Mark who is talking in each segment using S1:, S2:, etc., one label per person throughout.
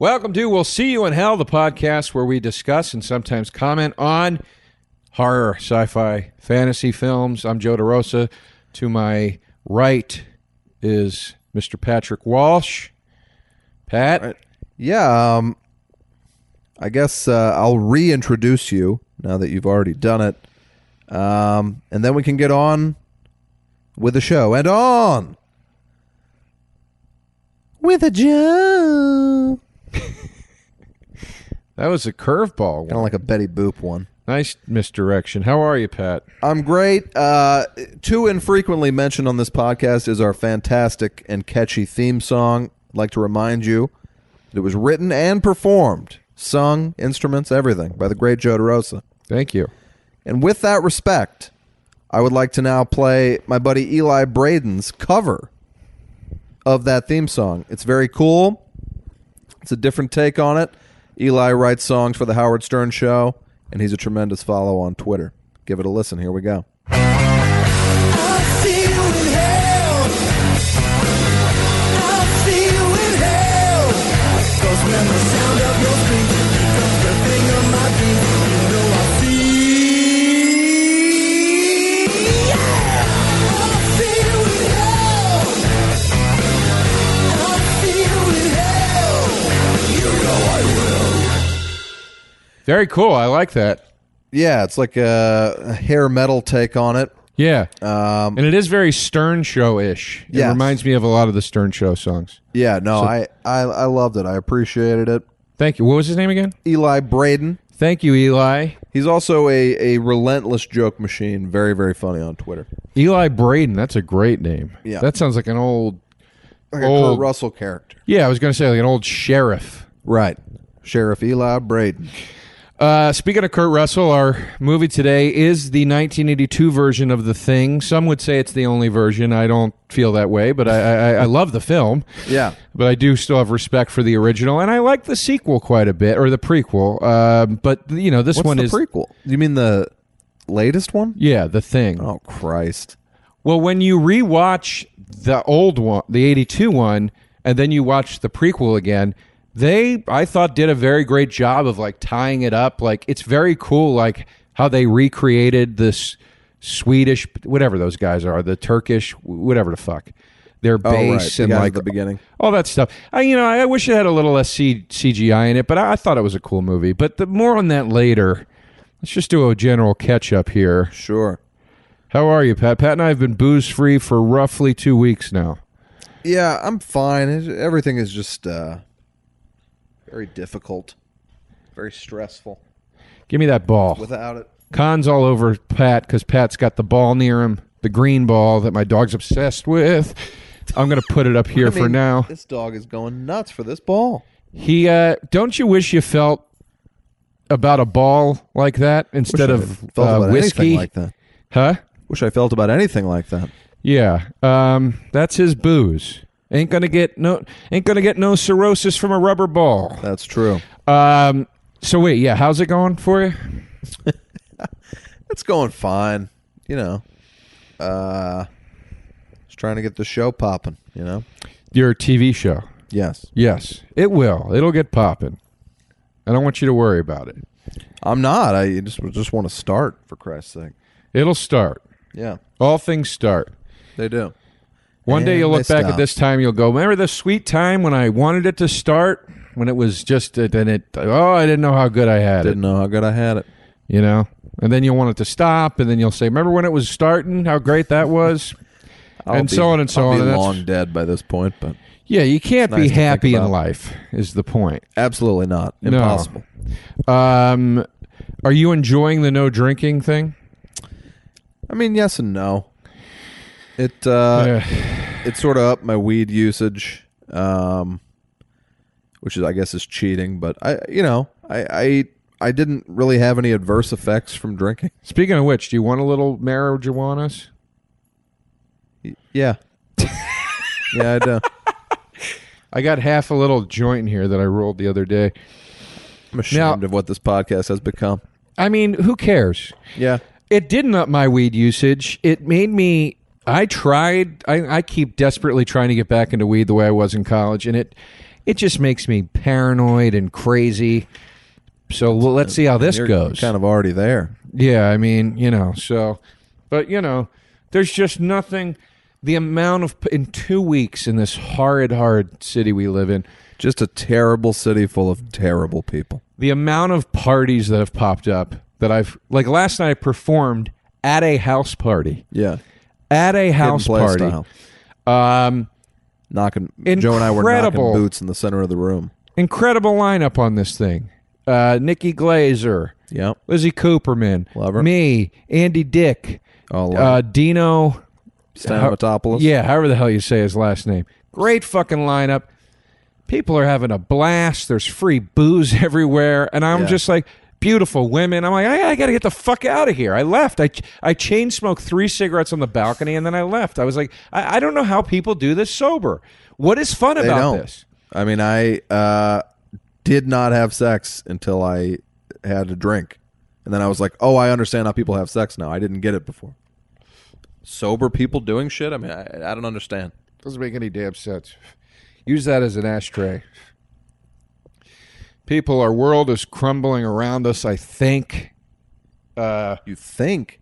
S1: Welcome to We'll See You in Hell, the podcast where we discuss and sometimes comment on horror, sci fi, fantasy films. I'm Joe DeRosa. To my right is Mr. Patrick Walsh. Pat,
S2: Yeah, um, I guess uh, I'll reintroduce you now that you've already done it, um, and then we can get on with the show and on with a Joe.
S1: that was a curveball.
S2: Kind of like a Betty Boop one.
S1: Nice misdirection. How are you, Pat?
S2: I'm great. Uh, too infrequently mentioned on this podcast is our fantastic and catchy theme song. I'd like to remind you that it was written and performed, sung, instruments, everything by the great Joe DeRosa.
S1: Thank you.
S2: And with that respect, I would like to now play my buddy Eli Braden's cover of that theme song. It's very cool. It's a different take on it. Eli writes songs for the Howard Stern show, and he's a tremendous follow on Twitter. Give it a listen. Here we go.
S1: Very cool. I like that.
S2: Yeah, it's like a a hair metal take on it.
S1: Yeah. Um, and it is very Stern Show ish. It
S2: Yes.
S1: reminds me of a lot of the Stern Show songs.
S2: Yeah, no, I, I I loved it. I appreciated it.
S1: Thank you. What was his name again?
S2: Eli Braden.
S1: Thank you, Eli.
S2: He's also a, a relentless joke machine. Very, very funny on Twitter.
S1: Eli Braden, that's a great name.
S2: Yeah.
S1: That sounds like an old
S2: Like a
S1: Old.
S2: Kurt Russell character.
S1: Yeah, I was going to say like an old sheriff.
S2: Right. Sheriff Eli Braden.
S1: Uh, speaking of Kurt Russell, our movie today is the 1982 version of The Thing. Some would say it's the only version. I don't feel that way, but I, I, I love the film.
S2: Yeah.
S1: But I do still have respect for the original, and I like the sequel quite a bit, or the prequel. Um, but you know, this
S2: What's
S1: one
S2: the
S1: is
S2: prequel? You mean the latest one?
S1: yeah, the thing.
S2: Oh Christ.
S1: Well, when you rewatch the old one, the 82 one, and then you watch the prequel again, they I thought did a very great job of like tying it up. Like it's very cool like how they recreated this Swedish whatever those guys are, the Turkish whatever the fuck. Their
S2: Oh, right.
S1: base
S2: The
S1: and
S2: guys at
S1: like
S2: the beginning.
S1: all that stuff. I, you know, I wish it had a little less C- CGI in it, but I, I thought it was a cool movie. But the, more on that later. Let's just do a general catch up here.
S2: Sure.
S1: How are you, Pat? Pat and I have been booze free for roughly two weeks now.
S2: Yeah, I'm fine. It's- Everything is just uh, very difficult, very stressful.
S1: Give me that ball.
S2: Without it,
S1: Con's all over Pat because Pat's got the ball near him, the green ball that my dog's obsessed with. I'm gonna put it up here
S2: I
S1: for
S2: mean,
S1: now.
S2: this dog is going nuts for this ball.
S1: He, uh, don't you wish you felt about a ball like that instead
S2: Wish I
S1: of
S2: felt
S1: uh,
S2: about
S1: whiskey,
S2: anything like that.
S1: huh?
S2: Wish I felt about anything like that.
S1: Yeah, um, that's his booze. Ain't gonna get no, ain't gonna get no cirrhosis from a rubber ball.
S2: That's true.
S1: Um, so wait, yeah, how's it going for you?
S2: It's going fine. You know, uh, just trying to get the show popping. You know.
S1: Your TV show.
S2: Yes.
S1: Yes, it will. It'll get popping. I don't want you to worry about it.
S2: I'm not. I just just want to start for Christ's sake.
S1: It'll start.
S2: Yeah,
S1: All things start.
S2: they do.
S1: One day
S2: And
S1: you'll
S2: they
S1: look back at
S2: stop.
S1: this time. You'll go, remember the sweet time when I wanted it to start, when it was just, and it, oh, I didn't know how good I had
S2: Didn't know how good I had it.
S1: it, you know. And then you'll want it to stop, and then you'll say, remember when it was starting? How great that was. and
S2: be-
S1: so on and so
S2: I'll
S1: on.
S2: Be
S1: and that's-
S2: long dead by this point, but
S1: yeah, you can't
S2: nice
S1: be
S2: to think
S1: happy in
S2: about.
S1: life. Is the point?
S2: absolutely not.
S1: No.
S2: Impossible.
S1: Um, are you enjoying the no drinking thing?
S2: I mean, yes and no. It uh,
S1: Yeah.
S2: it sort of upped my weed usage. Um, which is I guess is cheating, but I you know I I I didn't really have any adverse effects from drinking.
S1: Speaking of which, do you want a little marijuana?
S2: Yeah, yeah, I do.
S1: I got half a little joint in here that I rolled the other day.
S2: I'm ashamed of what this podcast has become.
S1: I mean, who cares?
S2: Yeah,
S1: It didn't up my weed usage. It made me. I tried. I, I keep desperately trying to get back into weed the way I was in college, and it it just makes me paranoid and crazy. So l- let's see how this
S2: You're
S1: goes.
S2: kind of already there.
S1: Yeah, I mean, you know, so, but you know, there's just nothing. The amount of in two weeks in this horrid, hard city we live in,
S2: Just a terrible city full of terrible people.
S1: the amount of parties that have popped up that I've like last night I performed at a house party
S2: Yeah,
S1: at a house
S2: Hidden play
S1: party.
S2: style.
S1: Um,
S2: Knocking Joe and I were knocking
S1: Incredible.
S2: boots in the center of the room.
S1: incredible lineup on this thing. Uh, Nikki Glazer,
S2: Yep.
S1: Lizzie Cooperman,
S2: Love her.
S1: me, Andy Dick,
S2: Oh,
S1: uh, Dino.
S2: Stamatopoulos.
S1: Yeah, however the hell you say his last name. Great fucking lineup. People are having a blast. There's free booze everywhere, and I'm
S2: Yeah.
S1: just like beautiful women. I'm like, I, I got to get the fuck out of here. I left. I I chain smoked three cigarettes on the balcony, and then I left. I was like, I, I don't know how people do this sober. What is fun
S2: they
S1: about
S2: don't.
S1: this?
S2: I mean, I uh, did not have sex until I had a drink, and then I was like, "Oh, I understand how people have sex now. I didn't get it before." Sober people doing shit. I mean, I, I don't understand.
S1: Doesn't make any damn sense. Use that as an ashtray. People, our world is crumbling around us. I think. Uh,
S2: You think?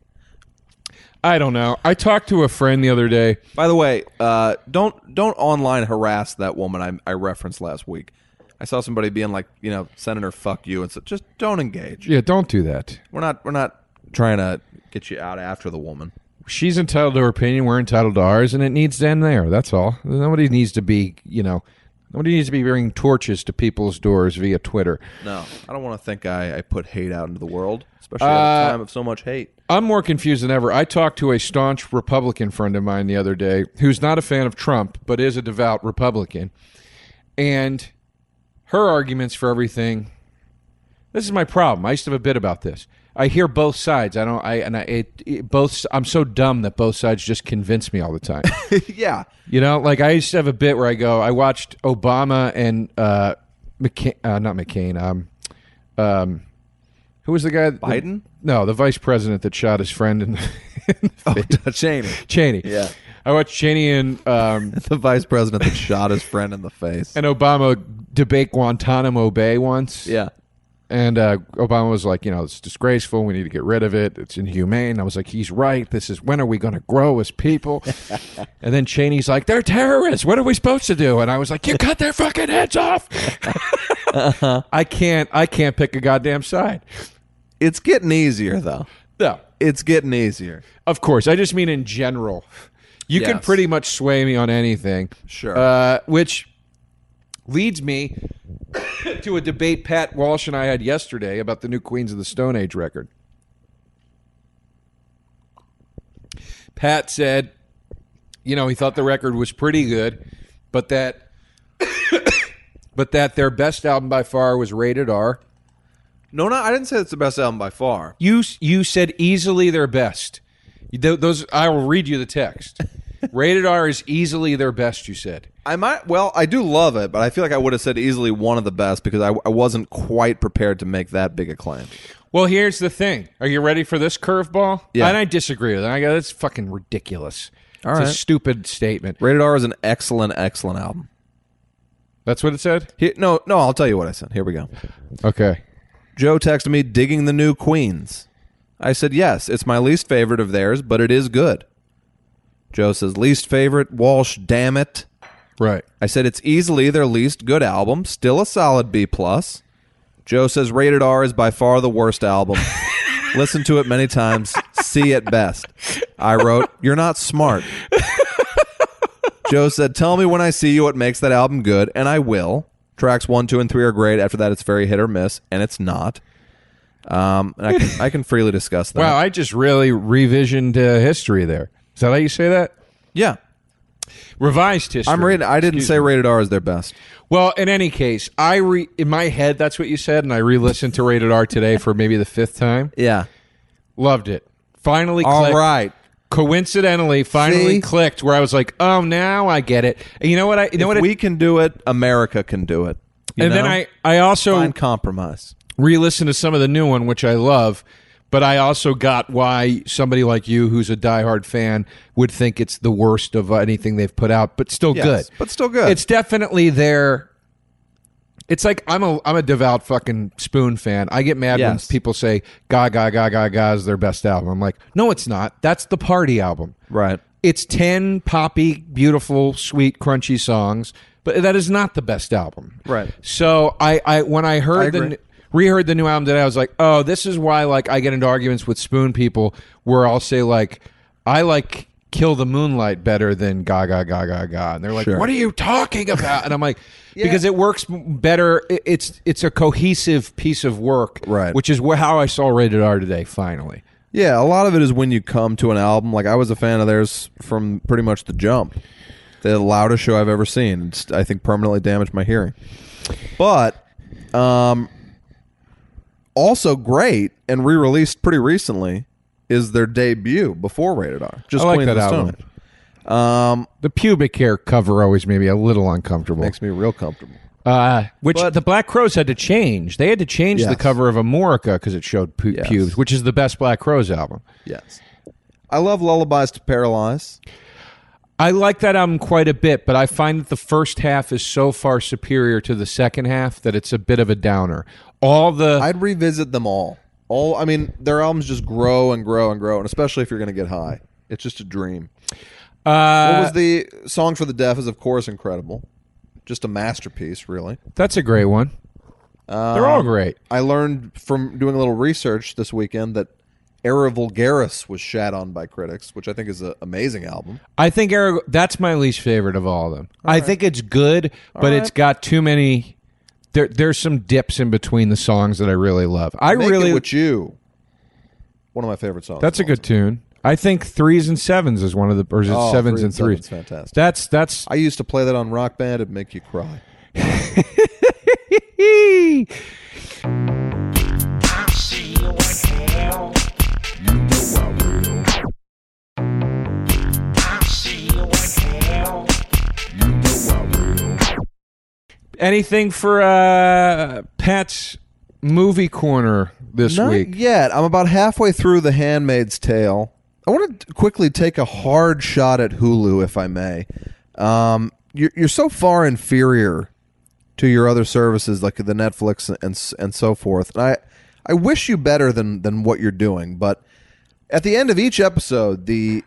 S1: I don't know. I talked to a friend the other day.
S2: By the way, uh, don't don't online harass that woman I, I referenced last week. I saw somebody being like, you know, sending her "fuck you," and so just don't engage.
S1: Yeah, don't do that.
S2: We're not we're not trying to get you out after the woman.
S1: She's entitled to her opinion. We're entitled to ours, and it needs to end there. That's all. Nobody needs to be, you know, nobody needs to be bringing torches to people's doors via Twitter.
S2: No, I don't want to think I, I put hate out into the world, especially at
S1: Uh,
S2: a time of so much hate.
S1: I'm more confused than ever. I talked to a staunch Republican friend of mine the other day who's not a fan of Trump, but is a devout Republican. And her arguments for everything this is my problem. I used to have a bit about this. I hear both sides. I don't. I and I it, it, both. I'm so dumb that both sides just convince me all the time.
S2: yeah,
S1: You know, like I used to have a bit where I go, I watched Obama and uh, McCain, uh not McCain, um, um, who was the guy? that-
S2: Biden?
S1: no, the vice president that shot his friend in the, in the face.
S2: Cheney,
S1: Cheney.
S2: Oh, Yeah.
S1: I watched Cheney and um,
S2: the vice president that shot his friend in the face.
S1: and Obama debate Guantanamo Bay once.
S2: yeah,
S1: And uh, Obama was like, you know, it's disgraceful. We need to get rid of it. It's inhumane. I was like, he's right. This is when are we going to grow as people? and then Cheney's like, they're terrorists. What are we supposed to do? And I was like, you cut their fucking heads off. I can't. I can't pick a goddamn side.
S2: it's getting easier though.
S1: No,
S2: It's getting easier.
S1: of course. I just mean in general. You can
S2: Yes.
S1: pretty much sway me on anything.
S2: Sure.
S1: Uh, which leads me to a debate Pat Walsh and I had yesterday about the new Queens of the Stone Age record. Pat said, you know, he thought the record was pretty good, but that but that their best album by far was rated R.
S2: No, no, I didn't say it's the best album by far.
S1: You you said easily their best. You- th- those I will read you the text. Rated R is easily their best. You said
S2: I might, well, I do love it, but I feel like I would have said easily one of the best because I, I wasn't quite prepared to make that big a claim.
S1: Well, here's the thing. Are you ready for this curveball?
S2: Yeah.
S1: And I disagree with it. I go, that's fucking ridiculous.
S2: All
S1: it's
S2: right.
S1: a stupid statement.
S2: Rated R is an excellent, excellent album.
S1: That's what it said?
S2: He, no, no, I'll tell you what I said. Here we go.
S1: Okay.
S2: Joe texted me digging the new Queens. I said, "Yes, it's my least favorite of theirs, but it is good." Joe says, "Least favorite, Walsh, damn it."
S1: Right.
S2: I said, "It's easily their least good album, still a solid B plus." Joe says, "Rated R is by far the worst album. Listen to it many times, see at best." I wrote, "You're not smart." Joe said, "Tell me when I see you what makes that album good, and I will." Tracks one, two, and three are great. After that, it's very hit or miss, and it's not. Um, and I can, I can freely discuss that.
S1: Wow, I just really revisioned uh, history there. Is that how you say that?
S2: Yeah.
S1: Revised history.
S2: I'm rated. I didn't
S1: Excuse
S2: say
S1: me.
S2: rated R is their best.
S1: Well, in any case, I re in my head that's what you said, and I re-listened to Rated R today for maybe the fifth time.
S2: Yeah.
S1: Loved it. Finally,
S2: All right.
S1: clicked. Coincidentally, finally
S2: See?
S1: clicked where I was like, "Oh, now I get it." And you know what? I you know what?
S2: If
S1: it-
S2: we can do it, America can do it. You
S1: and then
S2: know?
S1: I Oh. I also
S2: find compromise.
S1: re-listen to some of the new one, which I love. But I also got why somebody like you, who's a diehard fan, would think it's the worst of anything they've put out, but still
S2: Yes,
S1: good.
S2: but still good.
S1: It's definitely their. It's like I'm a I'm a devout fucking Spoon fan. I get mad when
S2: Yes.
S1: people say "Ga Ga Ga Ga Ga" is their best album. I'm like, no, it's not. That's the party album.
S2: right.
S1: It's ten poppy, beautiful, sweet, crunchy songs, but that is not the best album.
S2: Right.
S1: So I, I when I heard
S2: I
S1: the
S2: agree.
S1: n- reheard the new album today, I was like, oh, this is why like I get into arguments with Spoon people where I'll say like I like Kill the Moonlight better than Gaga Gaga Gaga, and they're like,
S2: Sure.
S1: what are you talking about? And I'm like. Because it works m- better, I- it's it's a cohesive piece of work,
S2: Right.
S1: Which is wh- how I saw Rated R today. Finally,
S2: Yeah, a lot of it is when you come to an album. Like I was a fan of theirs from pretty much the jump. The loudest show I've ever seen. It's, I think permanently damaged my hearing. But um, also great and re-released pretty recently is their debut before Rated R. Just
S1: I like
S2: Queens
S1: that
S2: of the
S1: album.
S2: Stone Age. Um,
S1: the pubic hair cover always made me a little uncomfortable.
S2: makes me real comfortable.
S1: Uh, which
S2: But-
S1: the Black Crows had to change. They had to change the
S2: Yes.
S1: cover of Amorica because it showed pu-
S2: Yes.
S1: pubes, which is the best Black Crows album.
S2: Yes, I love Lullabies to Paralyze.
S1: I like that album quite a bit, but I find that the first half is so far superior to the second half that it's a bit of a downer. All the
S2: I'd revisit them all. All I mean, their albums just grow and grow and grow, and especially if you're going to get high, it's just a dream. what
S1: uh,
S2: was the song for the deaf? Is of course incredible, just a masterpiece, really.
S1: that's a great one. They're
S2: Um,
S1: all great.
S2: I learned from doing a little research this weekend that Era Vulgaris was shat on by critics, which I think is an amazing album.
S1: I think Arag- that's my least favorite of all of them. I think it's good, but it's got too many. There, there's some dips in between the songs that I really love. I
S2: Make
S1: really
S2: it with you, one of my favorite songs.
S1: That's a
S2: of all
S1: good tune. I think threes and sevens is one of the, or is it
S2: Oh,
S1: sevens
S2: Threes
S1: and
S2: and
S1: threes?
S2: Sevens, fantastic.
S1: That's that's.
S2: time. I used to play that on Rock Band. It'd make you cry.
S3: I'll see you in hell. I'll see you in hell.
S1: Anything for uh, Pat's movie corner this
S2: Not
S1: week?
S2: yet. I'm about halfway through The Handmaid's Tale. I want to quickly take a hard shot at Hulu, if I may. Um, you're, you're so far inferior to your other services, like the Netflix and s- and so forth. And I I wish you better than than what you're doing, but at the end of each episode, the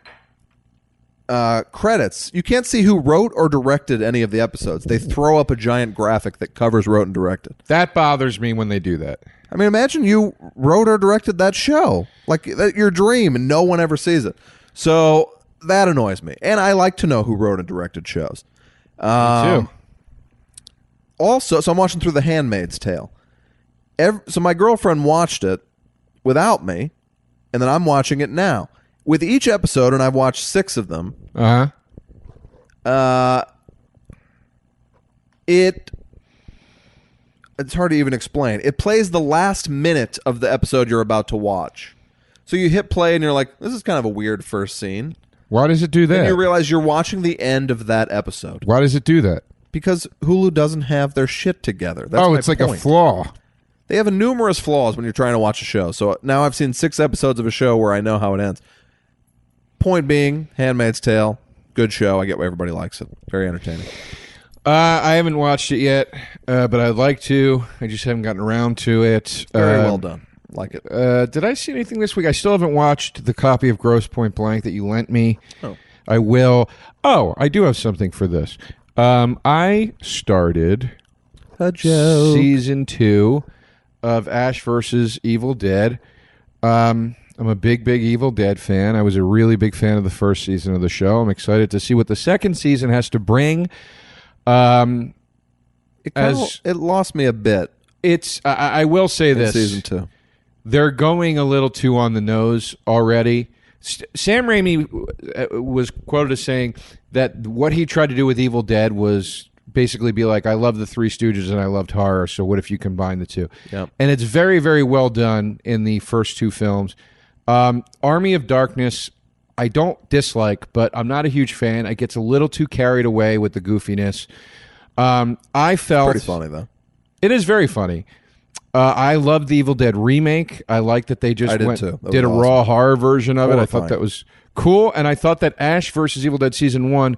S2: uh, credits. You can't see who wrote or directed any of the episodes. They throw up a giant graphic that covers wrote and directed.
S1: That bothers me when they do that.
S2: I mean, imagine you wrote or directed that show, like that, your dream, and no one ever sees it. So that annoys me. And I like to know who wrote and directed shows.
S1: too.
S2: Um, Also, so I'm watching through The Handmaid's Tale. Ev so my girlfriend watched it without me, and then I'm watching it now. With each episode, and I've watched six of them,
S1: Uh huh.
S2: it it's hard to even explain. It plays the last minute of the episode you're about to watch. So you hit play and you're like, this is kind of a weird first scene.
S1: Why does it do
S2: And
S1: that?
S2: you realize you're watching the end of that episode
S1: Why does it do that?
S2: because Hulu doesn't have their shit together. That's
S1: oh,
S2: my
S1: it's like a
S2: point.
S1: flaw.
S2: They have a numerous flaws when you're trying to watch a show. So now I've seen six episodes of a show where I know how it ends. Point being, Handmaid's Tale, good show. I get why everybody likes it. Very entertaining.
S1: Uh, I haven't watched it yet, uh, but I'd like to. I just haven't gotten around to it.
S2: Very
S1: Um,
S2: well done. Like it.
S1: Uh, did I see anything this week? I still haven't watched the copy of Gross Point Blank that you lent me.
S2: Oh.
S1: I will. Oh, I do have something for this. Um, I started
S2: A joke.
S1: season two of Ash versus Evil Dead. Um, I'm a big, big Evil Dead fan. I was a really big fan of the first season of the show. I'm excited to see what the second season has to bring. Um,
S2: It, kinda-
S1: as-
S2: it lost me a bit
S1: it's. I- I, I will say
S2: in
S1: this
S2: season two.
S1: they're going a little too on the nose already. S Sam Raimi uh, was quoted as saying, that what he tried to do with Evil Dead was basically be like, I love the Three Stooges and I loved horror, so what if you combine the two?
S2: Yep.
S1: And it's very, very well done in the first two films. Um, Army of Darkness, I don't dislike, but I'm not a huge fan. It gets a little too carried away with the goofiness. Um, I felt
S2: Pretty funny though.
S1: it is very funny. Uh, I loved the Evil Dead remake. I like that they just
S2: I did
S1: went,
S2: too. That was
S1: did a
S2: awesome.
S1: raw horror version of it. I thought
S2: Horrifying.
S1: that was cool, and I thought that Ash versus Evil Dead season one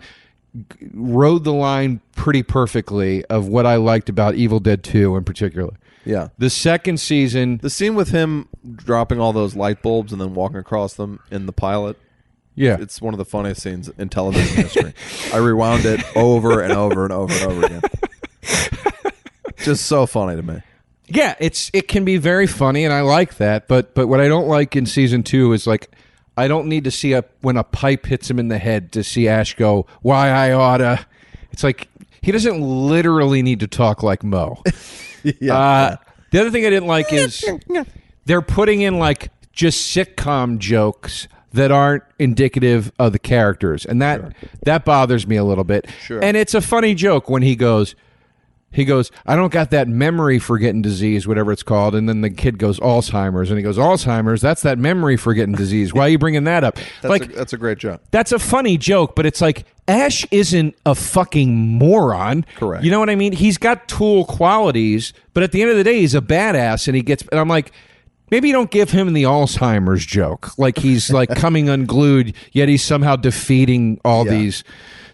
S1: g- rode the line pretty perfectly of what I liked about Evil Dead two in particular.
S2: Yeah.
S1: The second season,
S2: The scene with him dropping all those light bulbs and then walking across them in the pilot,
S1: yeah,
S2: it's one of the funniest scenes in television history. I rewound it over and over and over and over again. Just so funny to me.
S1: yeah, it's it can be very funny, and I like that. But but what I don't like in season two is like I don't need to see a when a pipe hits him in the head to see Ash go why I oughta. It's like he doesn't literally need to talk like Mo.
S2: Yeah.
S1: Uh, the other thing I didn't like is they're putting in like just sitcom jokes that aren't indicative of the characters, and that that bothers me a little bit.
S2: Sure.
S1: And it's a funny joke when he goes. He goes, I don't got that memory forgetting disease, whatever it's called. And then the kid goes, Alzheimer's. And he goes, Alzheimer's, that's that memory forgetting disease. Why are you bringing that up?
S2: that's,
S1: like,
S2: a, that's a great job.
S1: that's a funny joke, but it's like Ash isn't a fucking moron.
S2: Correct.
S1: You know what I mean? He's got tool qualities, but at the end of the day, he's a badass, and he gets. And I'm like, maybe you don't give him the Alzheimer's joke, like he's like coming unglued, yet he's somehow defeating all
S2: Yeah.
S1: these.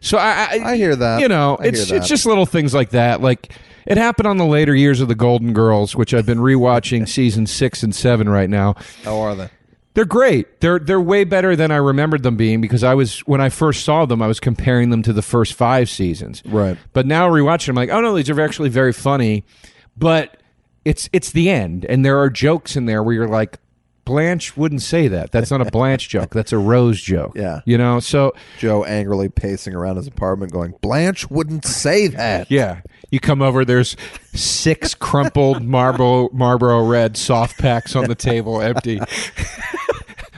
S1: So I, I,
S2: I hear that.
S1: You know,
S2: I hear
S1: it's
S2: that.
S1: it's just little things like that, like. It happened on the later years of the Golden Girls, which I've been rewatching season six and seven right now.
S2: How are they?
S1: They're great. They're they're way better than I remembered them being because I was when I first saw them, I was comparing them to the first five seasons.
S2: Right.
S1: But now rewatching, them, I'm like, oh no, these are actually very funny. But it's it's the end, and there are jokes in there where you're like, Blanche wouldn't say that. That's not a Blanche joke. That's a Rose joke.
S2: Yeah.
S1: You know. So
S2: Joe angrily pacing around his apartment going, Blanche wouldn't say that.
S1: yeah, you come over. There's six crumpled Marlboro Marlboro Red soft packs on the table, empty.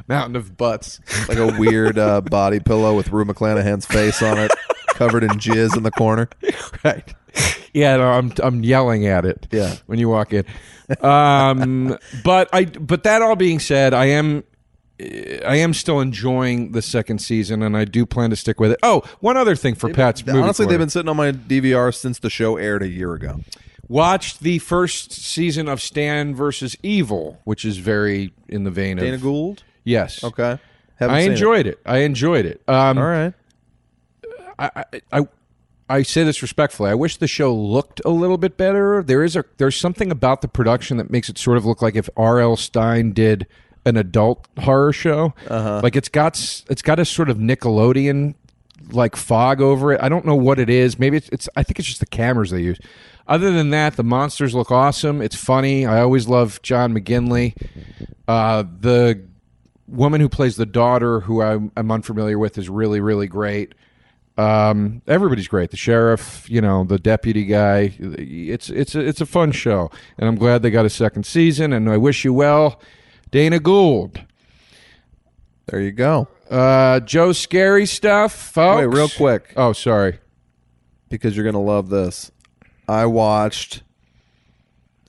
S1: Mountain of butts.
S2: Like a weird uh, body pillow with Rue McClanahan's face on it, covered in jizz in the corner.
S1: right. Yeah, no, I'm I'm yelling at it.
S2: Yeah.
S1: when you walk in. Um, but I but that all being said, I am eh, I am still enjoying the second season, and I do plan to stick with it. Oh, one other thing for Pat's movie
S2: Honestly,
S1: corner.
S2: they've been sitting on my DVR since the show aired a year ago.
S1: watched the first season of Stan versus Evil, which is very in the vein
S2: Dana
S1: of
S2: Gould?
S1: yes.
S2: Okay. Haven't
S1: I
S2: seen it.
S1: enjoyed it. I enjoyed it. Um,
S2: All right.
S1: I, I I say this respectfully. I wish the show looked a little bit better. There is a there's something about the production that makes it sort of look like if R.L. Stein did an adult horror show. Like it's got s- it's got a sort of Nickelodeon like fog over it. I don't know what it is. Maybe it's, it's I think it's just the cameras they use. Other than that, the monsters look awesome. It's funny. I always love John McGinley. Uh, the woman who plays the daughter, who I'm, I'm unfamiliar with, is really really great um, everybody's great. The sheriff, you know, the deputy guy. It's it's a, it's a fun show, and I'm glad they got a second season. And I wish you well, Dana Gould.
S2: There you go.
S1: Uh, Joe, scary stuff, folks.
S2: Wait, real quick,
S1: Oh, sorry.
S2: because you're gonna love this. I watched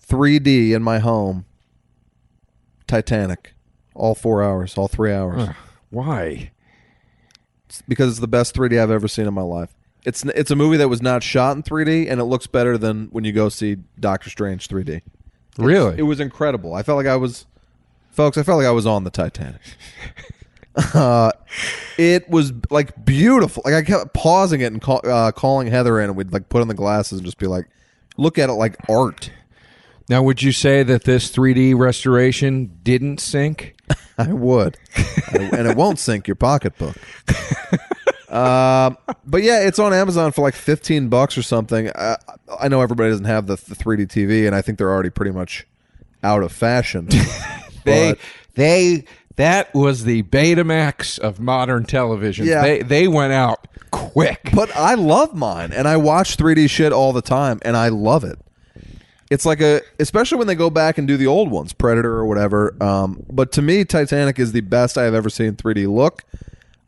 S2: 3D in my home. Titanic, all four hours, all three hours,
S1: Why?
S2: It's because it's the best 3D I've ever seen in my life. It's n- it's a movie that was not shot in 3D, and it looks better than when you go see Doctor Strange 3D.
S1: Really?
S2: It was incredible. I felt like I was, folks. I felt like I was on the Titanic. uh, it was like beautiful. Like I kept pausing it and call, uh, calling Heather in, and we'd like put on the glasses and just be like, "Look at it like art."
S1: now, would you say that this 3D restoration didn't sink?
S2: I would, I- and it won't sink your pocketbook. um, but yeah, it's on Amazon for like fifteen bucks or something. I, I know everybody doesn't have the, the 3D TV, and I think they're already pretty much out of fashion.
S1: They
S2: But-
S1: they that was the Betamax of modern television.
S2: Yeah.
S1: They they went out quick.
S2: But I love mine, and I watch 3D shit all the time, and I love it. It's like a, especially when they go back and do the old ones, Predator or whatever. Um, but to me, Titanic is the best I have ever seen 3D look.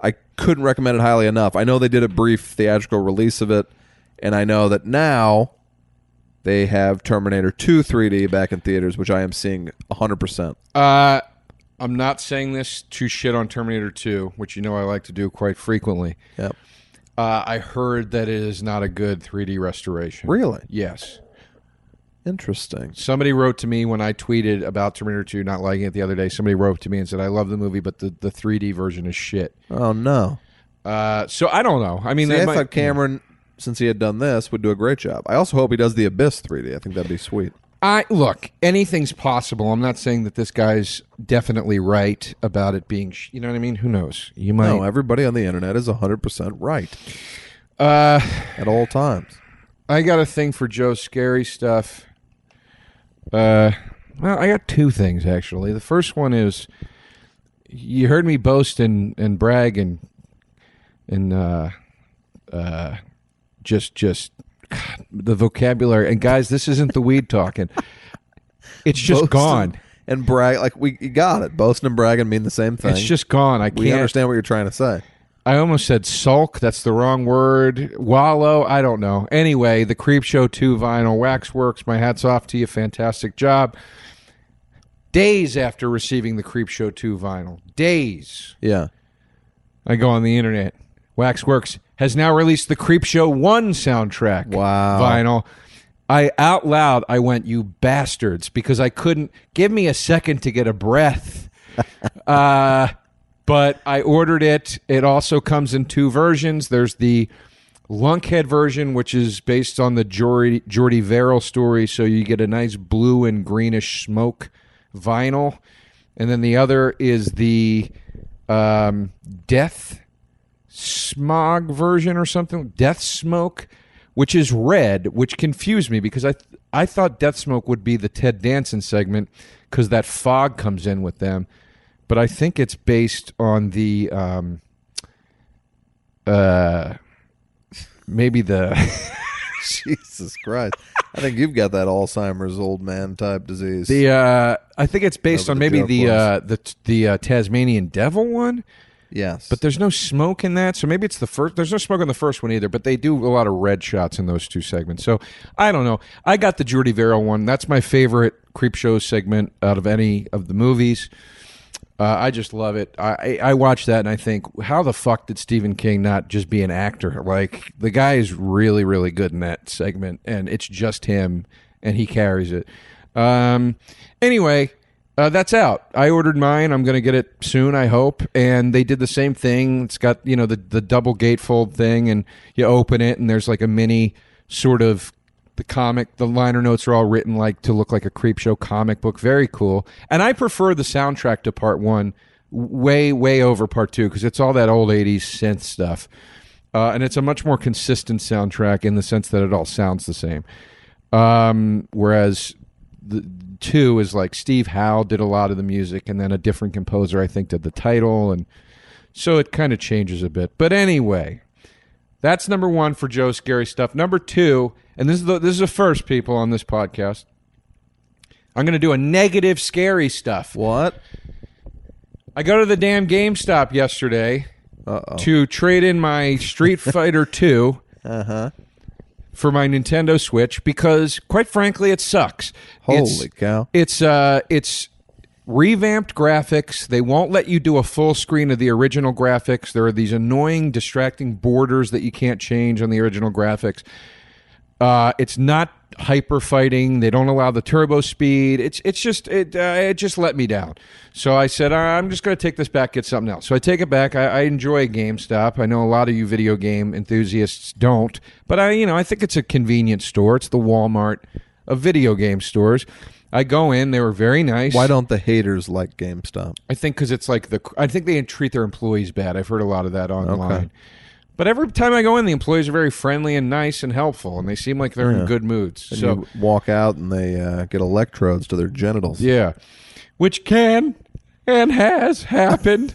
S2: I couldn't recommend it highly enough. I know they did a brief theatrical release of it, and I know that now they have Terminator 2 3D back in theaters, which I am seeing 100%.
S1: Uh, I'm not saying this to shit on Terminator 2, which you know I like to do quite frequently.
S2: Yep.
S1: Uh, I heard that it is not a good 3D restoration.
S2: Really?
S1: Yes.
S2: Interesting.
S1: Somebody wrote to me when I tweeted about Terminator 2 not liking it the other day. Somebody wrote to me and said, I love the movie, but the, the 3D version is shit.
S2: Oh, no.
S1: Uh, so I don't know. I mean,
S2: See,
S1: they
S2: I
S1: might-
S2: thought Cameron, since he had done this, would do a great job. I also hope he does The Abyss 3D. I think that'd be sweet.
S1: I look, anything's possible. I'm not saying that this guy's definitely right about it being, sh- you know what I mean? Who knows? You might.
S2: No, everybody on the internet is 100% right
S1: uh,
S2: at all times.
S1: I got a thing for Joe's scary stuff. Uh, well, I got two things actually. The first one is you heard me boast and, and brag and and uh, uh, just just God, the vocabulary. And guys, this isn't the weed talking. It's just
S2: Boasting
S1: gone.
S2: And brag, like, we you got it. Boasting and bragging mean the same thing.
S1: It's just gone. I
S2: we
S1: can't
S2: understand what you're trying to say.
S1: I almost said sulk. That's the wrong word. Wallow. I don't know. Anyway, the Creep Show 2 vinyl waxworks. My hat's off to you. Fantastic job. Days after receiving the Creep Show 2 vinyl, days,
S2: Yeah.
S1: I go on the internet. Waxworks has now released the Creep Show 1 soundtrack
S2: Wow.
S1: vinyl. I out loud, I went, you bastards, because I couldn't give me a second to get a breath. Uh, but I ordered it. It also comes in two versions. There's the lunkhead version, which is based on the Jordy, Jordy Verrill story, so you get a nice blue and greenish smoke vinyl. And then the other is the um, death smog version or something, death smoke, which is red, which confused me because I th- I thought death smoke would be the Ted Danson segment because that fog comes in with them, but I think it's based on the um, uh, maybe the
S2: Jesus Christ. I think you've got that Alzheimer's old man type disease.
S1: the uh, I think it's based
S2: Whatever
S1: on maybe
S2: the joke
S1: the
S2: was.
S1: uh, the the uh, Tasmanian devil one.
S2: yes.
S1: But there's no smoke in that, so maybe it's the first. There's no smoke in the first one either, but they do a lot of red shots in those two segments. So I don't know. I got the Jordy Vero one. That's my favorite creep show segment out of any of the movies. Uh, I just love it. I, I I watch that and I think, how the fuck did Stephen King not just be an actor? Like the guy is really really good in that segment, and it's just him, and he carries it. Um, anyway, uh, that's out. I ordered mine. I'm going to get it soon, I hope. And they did the same thing. It's got you know the the double gatefold thing, and you open it, and there's like a mini sort of the comic. The liner notes are all written like to look like a creep show comic book. Very cool. And I prefer the soundtrack to part one way way over part two because it's all that old 80s synth stuff. Uh, and it's a much more consistent soundtrack in the sense that it all sounds the same. Um, whereas the two is like Steve Howe did a lot of the music, and then a different composer I think did the title, and so it kind of changes a bit. But anyway, that's number one for Joe's scary stuff. Number two, and this is the, this is the first people on this podcast. I'm going to do a negative scary stuff.
S2: what?
S1: I go to the damn GameStop yesterday
S2: Uh oh.
S1: to trade in my Street Fighter Two
S2: Uh huh.
S1: for my Nintendo Switch because, quite frankly, it sucks.
S2: Holy
S1: It's-
S2: cow.
S1: It's uh, it's revamped graphics. They won't let you do a full screen of the original graphics. There are these annoying, distracting borders that you can't change on the original graphics. Uh, it's not hyper fighting. They don't allow the turbo speed. It's it's just it uh, it just let me down. So I said "Ah, I'm just going to take this back, get something else. So I take it back. I, I enjoy GameStop. I know a lot of you video game enthusiasts don't, but I you know I think it's a convenience store. It's the Walmart of video game stores. I go in. They were very nice.
S2: Why don't the haters like GameStop?
S1: I think because it's like the I think they treat their employees bad. I've heard a lot of that online. But every time I go in, the employees are very friendly and nice and helpful, and they seem like they're in good moods.
S2: And
S1: so
S2: you walk out and they uh, get electrodes to their genitals.
S1: yeah, which can and has happened.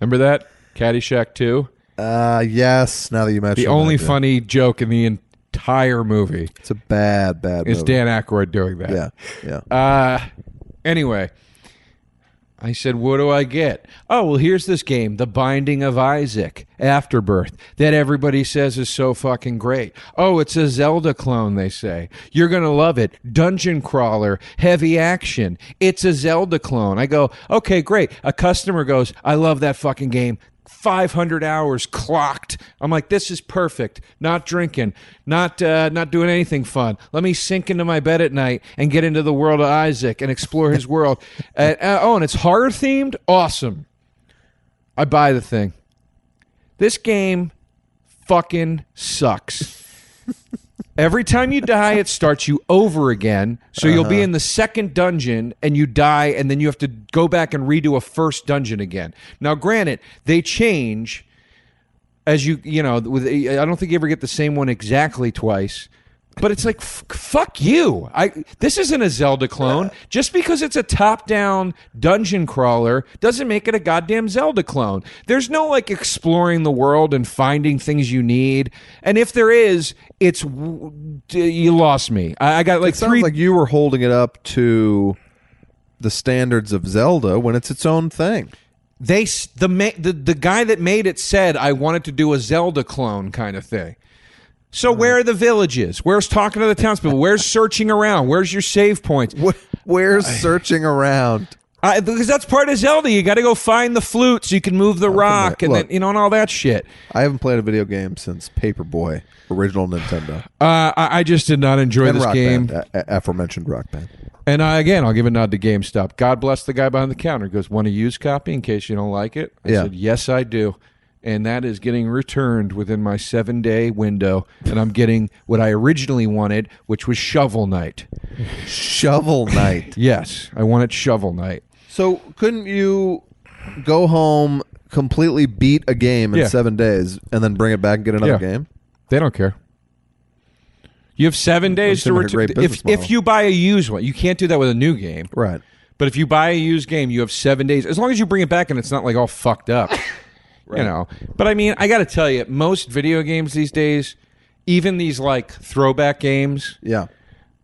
S1: Remember that Caddyshack two,
S2: Uh, yes. Now that you mentioned
S1: the only
S2: that, yeah.
S1: funny joke in the entire movie
S2: It's a bad, bad.
S1: is
S2: movie.
S1: Uh, Dan Aykroyd doing that.
S2: Yeah. Yeah.
S1: Uh, anyway, I said, What do I get? Oh, well, here's this game, The Binding of Isaac, Afterbirth, that everybody says is so fucking great. Oh, it's a Zelda clone, they say. You're going to love it. Dungeon crawler, heavy action. It's a Zelda clone. I go, Okay, great. A customer goes, I love that fucking game. 500 hours clocked. I'm like, this is perfect. Not drinking, not uh, not doing anything fun. Let me sink into my bed at night and get into the world of Isaac and explore his world. Uh, uh, oh, and it's horror themed. Awesome. I buy the thing. This game fucking sucks. Every time you die, it starts you over again. So you'll be in the second dungeon and you die, and then you have to go back and redo a first dungeon again. Now, granted, they change as you, you know, with, I don't think you ever get the same one exactly twice. But it's like, f- fuck you. I this isn't a Zelda clone. Just because it's a top-down dungeon crawler doesn't make it a goddamn Zelda clone. There's no like exploring the world and finding things you need. And if there is, it's w- d- you lost me. I, I got like
S2: It sounds
S1: three.
S2: like you were holding it up to the standards of Zelda when it's its own thing.
S1: they s- the, ma- the the guy that made it said I wanted to do a Zelda clone kind of thing. So
S2: Mm-hmm.
S1: where are the villages? Where's talking to the townspeople? Where's searching around? Where's your save points?
S2: Where's searching around?
S1: I, because that's part of Zelda. You got to go find the flute so you can move the rock and
S2: look.
S1: then, you know and all that shit.
S2: I haven't played a video game since Paperboy, original Nintendo,
S1: Uh, I, I just did not enjoy
S2: and
S1: this
S2: Rock
S1: game.
S2: Band, a- a- aforementioned Rock Band.
S1: And I, again, I'll give a nod to GameStop. God bless the guy behind the counter. He goes, want a used copy in case you don't like it? I
S2: Yeah.
S1: said, yes, I do. And that is getting returned within my seven day window. And I'm getting what I originally wanted, which was Shovel Knight.
S2: Shovel Knight.
S1: Yes, I wanted Shovel Knight.
S2: so couldn't you go home completely beat a game in
S1: Yeah.
S2: seven days and then bring it back and get another
S1: Yeah.
S2: game?
S1: They don't care. You have seven days to
S2: seem like a
S1: return.
S2: great
S1: If,
S2: business
S1: if
S2: model.
S1: you buy a used one, you can't do that with a new game.
S2: Right.
S1: But if you buy a used game, you have seven days. As long as you bring it back and it's not like all fucked up, you know. But I mean, I got to tell you, most video games these days, even these like throwback games
S2: Yeah.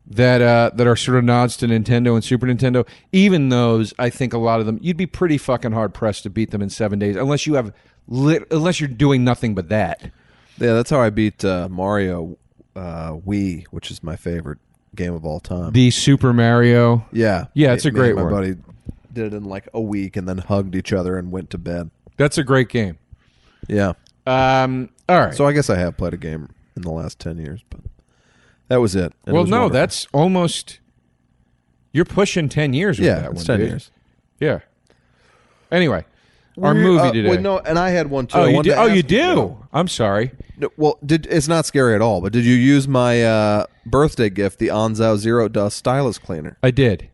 S1: that uh, that are sort of nods to Nintendo and Super Nintendo, even those, I think a lot of them, you'd be pretty fucking hard pressed to beat them in seven days, unless you have, lit- unless you're doing nothing but that.
S2: Yeah, that's how I beat uh, Mario uh, Wii, which is my favorite game of all time.
S1: The Super Mario,
S2: yeah.
S1: Yeah, it's a
S2: Me-
S1: great
S2: me and
S1: one.
S2: My buddy did it in like a week and then hugged each other and went to bed.
S1: that's a great game.
S2: Yeah.
S1: Um, all right.
S2: So I guess I have played a game in the last 10 years, but that was it. And it
S1: well,
S2: was
S1: no,
S2: wonderful.
S1: that's almost. You're pushing ten years. With
S2: Yeah,
S1: that
S2: it's
S1: one,
S2: 10
S1: dude.
S2: years.
S1: Yeah. Anyway, our
S2: We-
S1: movie
S2: uh,
S1: today.
S2: Wait, no, and I had one too.
S1: oh,
S2: I
S1: you
S2: wanted
S1: do.
S2: to
S1: Oh, you
S2: ask
S1: do. I'm sorry.
S2: No, Well, did it's not scary at all, but did you use my uh, birthday gift, the Anzao Zero Dust Stylus Cleaner?
S1: I did.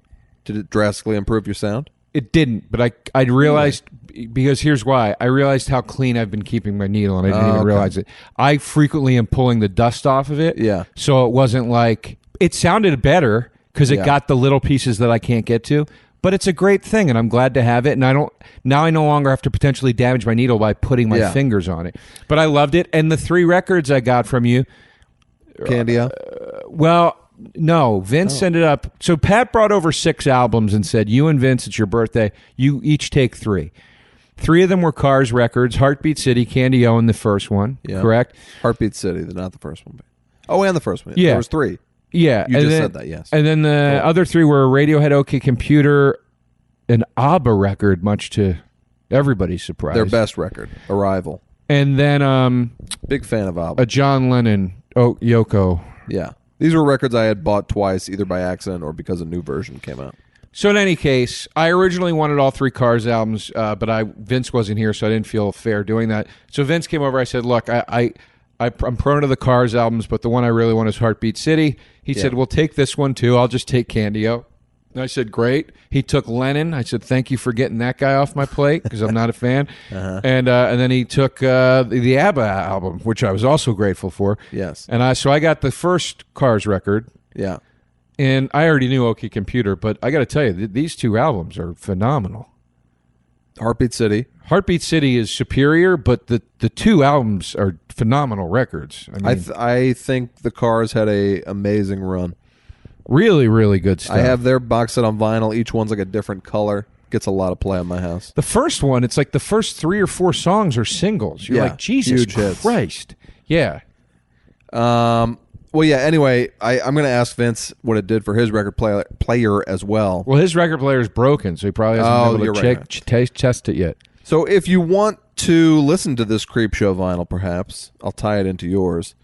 S2: Did it drastically improve your sound?
S1: It didn't, but I I realized because here's why. I realized how clean I've been keeping my needle, and I didn't even
S2: Oh, okay.
S1: realize it. I frequently am pulling the dust off of it.
S2: Yeah.
S1: So it wasn't like it sounded better because it
S2: Yeah.
S1: got the little pieces that I can't get to. But it's a great thing, and I'm glad to have it. And I don't now. I no longer have to potentially damage my needle by putting my
S2: Yeah.
S1: fingers on it. But I loved it, and the three records I got from you. Uh,
S2: Candy out?
S1: Well, no. Vince
S2: Oh.
S1: ended up. So Pat brought over six albums and said, "You and Vince, it's your birthday. You each take three. Three of them were Cars records: Heartbeat City, Candy O, and the first one.
S2: Yeah.
S1: Correct?
S2: Heartbeat City, the- not the first one. But... Oh, and the first one.
S1: Yeah.
S2: There was three.
S1: Yeah. and
S2: You just
S1: then-
S2: said that, yes.
S1: And then the other three were Radiohead, OK Computer, an ABBA record, much to everybody's surprise.
S2: Their best record, Arrival.
S1: And then um,
S2: Big fan of Abba.
S1: a John Lennon, oh, Yoko.
S2: yeah. These were records I had bought twice, either by accident or because a new version came out.
S1: So in any case, I originally wanted all three Cars albums, uh, but I Vince wasn't here, so I didn't feel fair doing that. So Vince came over. I said, "Look, I, I, I I'm prone to the Cars albums, but the one I really want is Heartbeat City." He said, "Well, take this one too. I'll just take Candio." And I said, "Great." He took Lennon. I said, "Thank you for getting that guy off my plate because I'm not a fan." And uh, and then he took uh, the, the ABBA album, which I was also grateful for.
S2: Yes.
S1: And I so I got the first Cars record,
S2: Yeah.
S1: and I already knew OK Computer, but I got to tell you, th- these two albums are phenomenal.
S2: Heartbeat City.
S1: Heartbeat City is superior, but the, the two albums are phenomenal records. I mean,
S2: I th- I think the Cars had a amazing run.
S1: really, really good stuff.
S2: I have their box set on vinyl. Each one's like a different color. gets a lot of play on my house.
S1: The first one, it's like the first three or four songs are singles. You're
S2: Yeah,
S1: like, Jesus
S2: huge hits.
S1: Christ. Yeah.
S2: Um, well, yeah. Anyway, I, I'm going to ask Vince what it did for his record player, player as well.
S1: Well, his record player is broken, so he probably hasn't
S2: Oh,
S1: been able to
S2: you're
S1: check,
S2: right.
S1: ch- taste, test it yet.
S2: So if you want to listen to this Creep Show vinyl, perhaps I'll tie it into yours.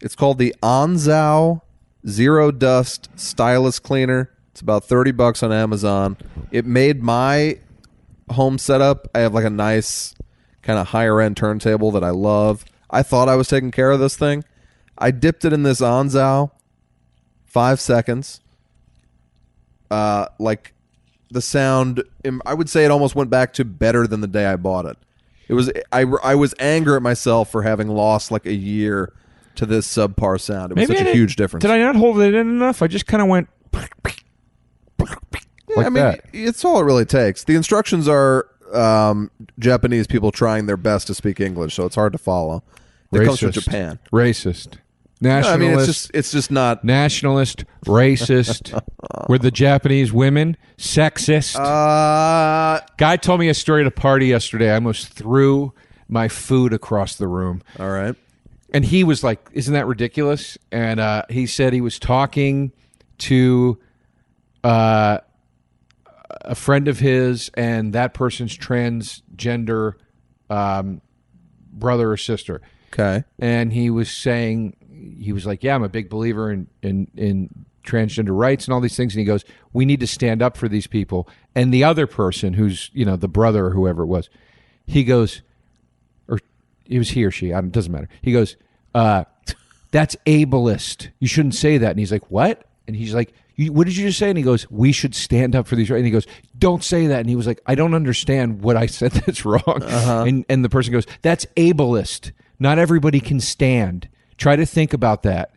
S2: It's called the Anzao Zero Dust Stylus Cleaner. It's about thirty bucks on Amazon. It made my home setup. I have like a nice kind of higher end turntable that I love. I thought I was taking care of this thing. I dipped it in this Anzao, five seconds. Uh, like the sound im- i would say it almost went back to better than the day i bought it it was i, I was angry at myself for having lost like a year to this subpar sound it was
S1: I
S2: such a
S1: didn't-
S2: huge difference
S1: Did I not hold it in enough? I just kind of went
S2: Yeah,
S1: like
S2: i mean
S1: that.
S2: it's all it really takes the instructions are um, japanese people trying their best to speak english so it's hard to follow it comes from
S1: Racist.
S2: japan
S1: Racist.
S2: No,
S1: Nationalist.
S2: i mean it's just it's just not
S1: nationalist, racist. Were the Japanese women sexist?
S2: uh
S1: Guy told me a story at a party yesterday. I almost threw my food across the room.
S2: all right
S1: and he was like, "Isn't that ridiculous?" And uh, he said he was talking to uh, a friend of his, and that person's transgender um, brother or sister,
S2: okay
S1: and he was saying he was like, "Yeah, I'm a big believer in in in transgender rights and all these things." And he goes, "We need to stand up for these people." And the other person, who's you know the brother or whoever it was, he goes, or it was he or she, I don't, doesn't matter. He goes, uh, "That's ableist. You shouldn't say that." And he's like, "What?" And he's like. "You- What did you just say? And he goes, "We should stand up for these." rights." And he goes, "Don't say that." And he was like, "I don't understand what I said. That's wrong." And and the person goes, "That's ableist. Not everybody can stand. Try to think about that.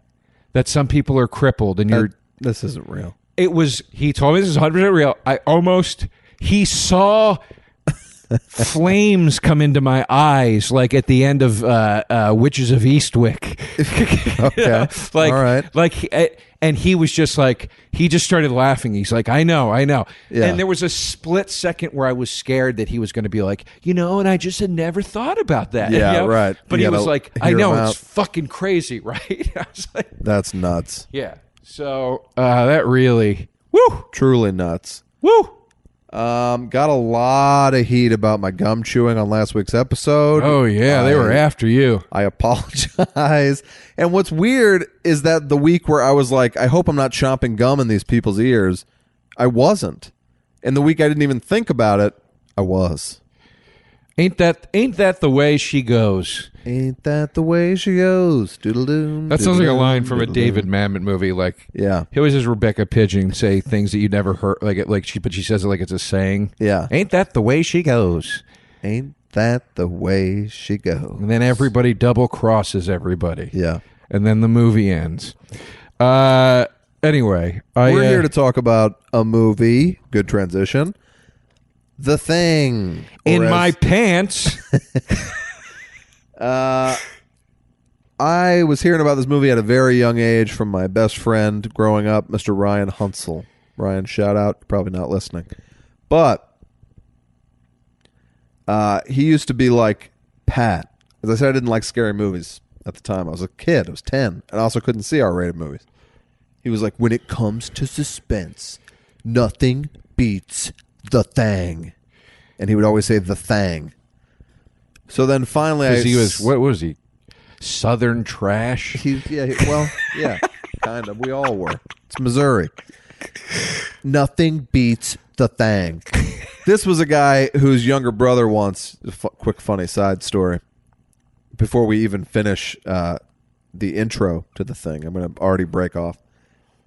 S1: That some people are crippled, and you're."
S2: this isn't real
S1: It was. He told me this is 100 percent real. I almost. He saw flames come into my eyes, like at the end of uh, uh, Witches of Eastwick. okay. Like,
S2: All right.
S1: like, he- eh, and he was just like, he just started laughing. He's like, I know, I know.
S2: Yeah.
S1: And there was a split second where I was scared that he was going to be like, you know, and I just had never thought about that.
S2: Yeah,
S1: you know?
S2: right.
S1: But
S2: You
S1: he was
S2: gotta
S1: like, I
S2: hear
S1: know,
S2: him
S1: it's
S2: out.
S1: fucking crazy, right? I was like,
S2: that's nuts
S1: yeah. So uh, that really, woo,
S2: truly nuts
S1: woo.
S2: Um, got a lot of heat about my gum chewing on last week's episode.
S1: Oh yeah, they were
S2: I-
S1: after you.
S2: I apologize. And what's weird is that the week where I was like, I hope I'm not chomping gum in these people's ears, I wasn't. And the week I didn't even think about it, I was.
S1: Ain't that ain't that the way she goes?
S2: Ain't that the way she goes? Doodle doom.
S1: That sounds like a line from a David Mamet movie. Like
S2: Mm-hmm. Yeah.
S1: he always has Rebecca Pigeon say things that you never heard. Like it, like she, but she says it like it's a saying.
S2: Yeah.
S1: Ain't that the way she goes?
S2: Ain't that the way she goes?
S1: And then everybody double crosses everybody.
S2: Yeah.
S1: And then the movie ends. Uh, anyway, I,
S2: We're
S1: uh,
S2: here to talk about a movie. Good transition. The Thing.
S1: in
S2: or as-
S1: my pants.
S2: I was hearing about this movie at a very young age from my best friend growing up, Mr. Ryan Hunsel. Ryan, shout out. Probably not listening, but uh, he used to be like Pat. As I said, I didn't like scary movies at the time. I was a kid. I was ten, and I also couldn't see R-rated movies. He was like, "When it comes to suspense, nothing beats the thing," and he would always say the thing. So then finally, I
S1: Because he was
S2: s-
S1: what was he? Southern trash.
S2: He's yeah. he- Well, yeah, kind of. We all were. It's Missouri. Nothing beats the thing. This was a guy whose younger brother once. F- quick, funny side story. Before we even finish uh, the intro to the thing, I'm going to already break off.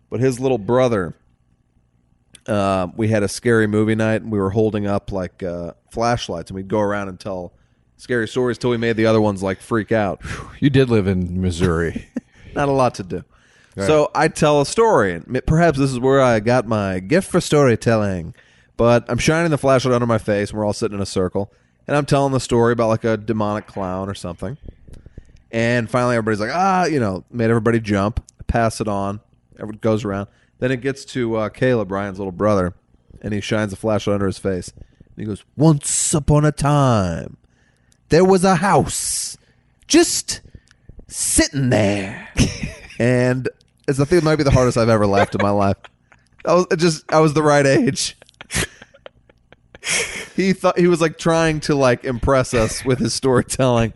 S2: But his little brother, uh, we had a scary movie night, and we were holding up like uh, flashlights, and we'd go around and tell scary stories till we made the other ones like freak out
S1: You did live in Missouri.
S2: not a lot to do. So I tell a story, and m- perhaps this is where I got my gift for storytelling. But I'm shining the flashlight under my face, and we're all sitting in a circle, and I'm telling the story about like a demonic clown or something. And finally, everybody's like, ah, you know, made everybody jump, pass it on. Everyone goes around. Then it gets to uh, Caleb, Ryan's little brother, and he shines a flashlight under his face. And he goes, Once upon a time, there was a house just sitting there. and it's I think it might be the hardest I've ever laughed in my life. I was it just I was the right age. he thought he was like trying to like impress us with his storytelling.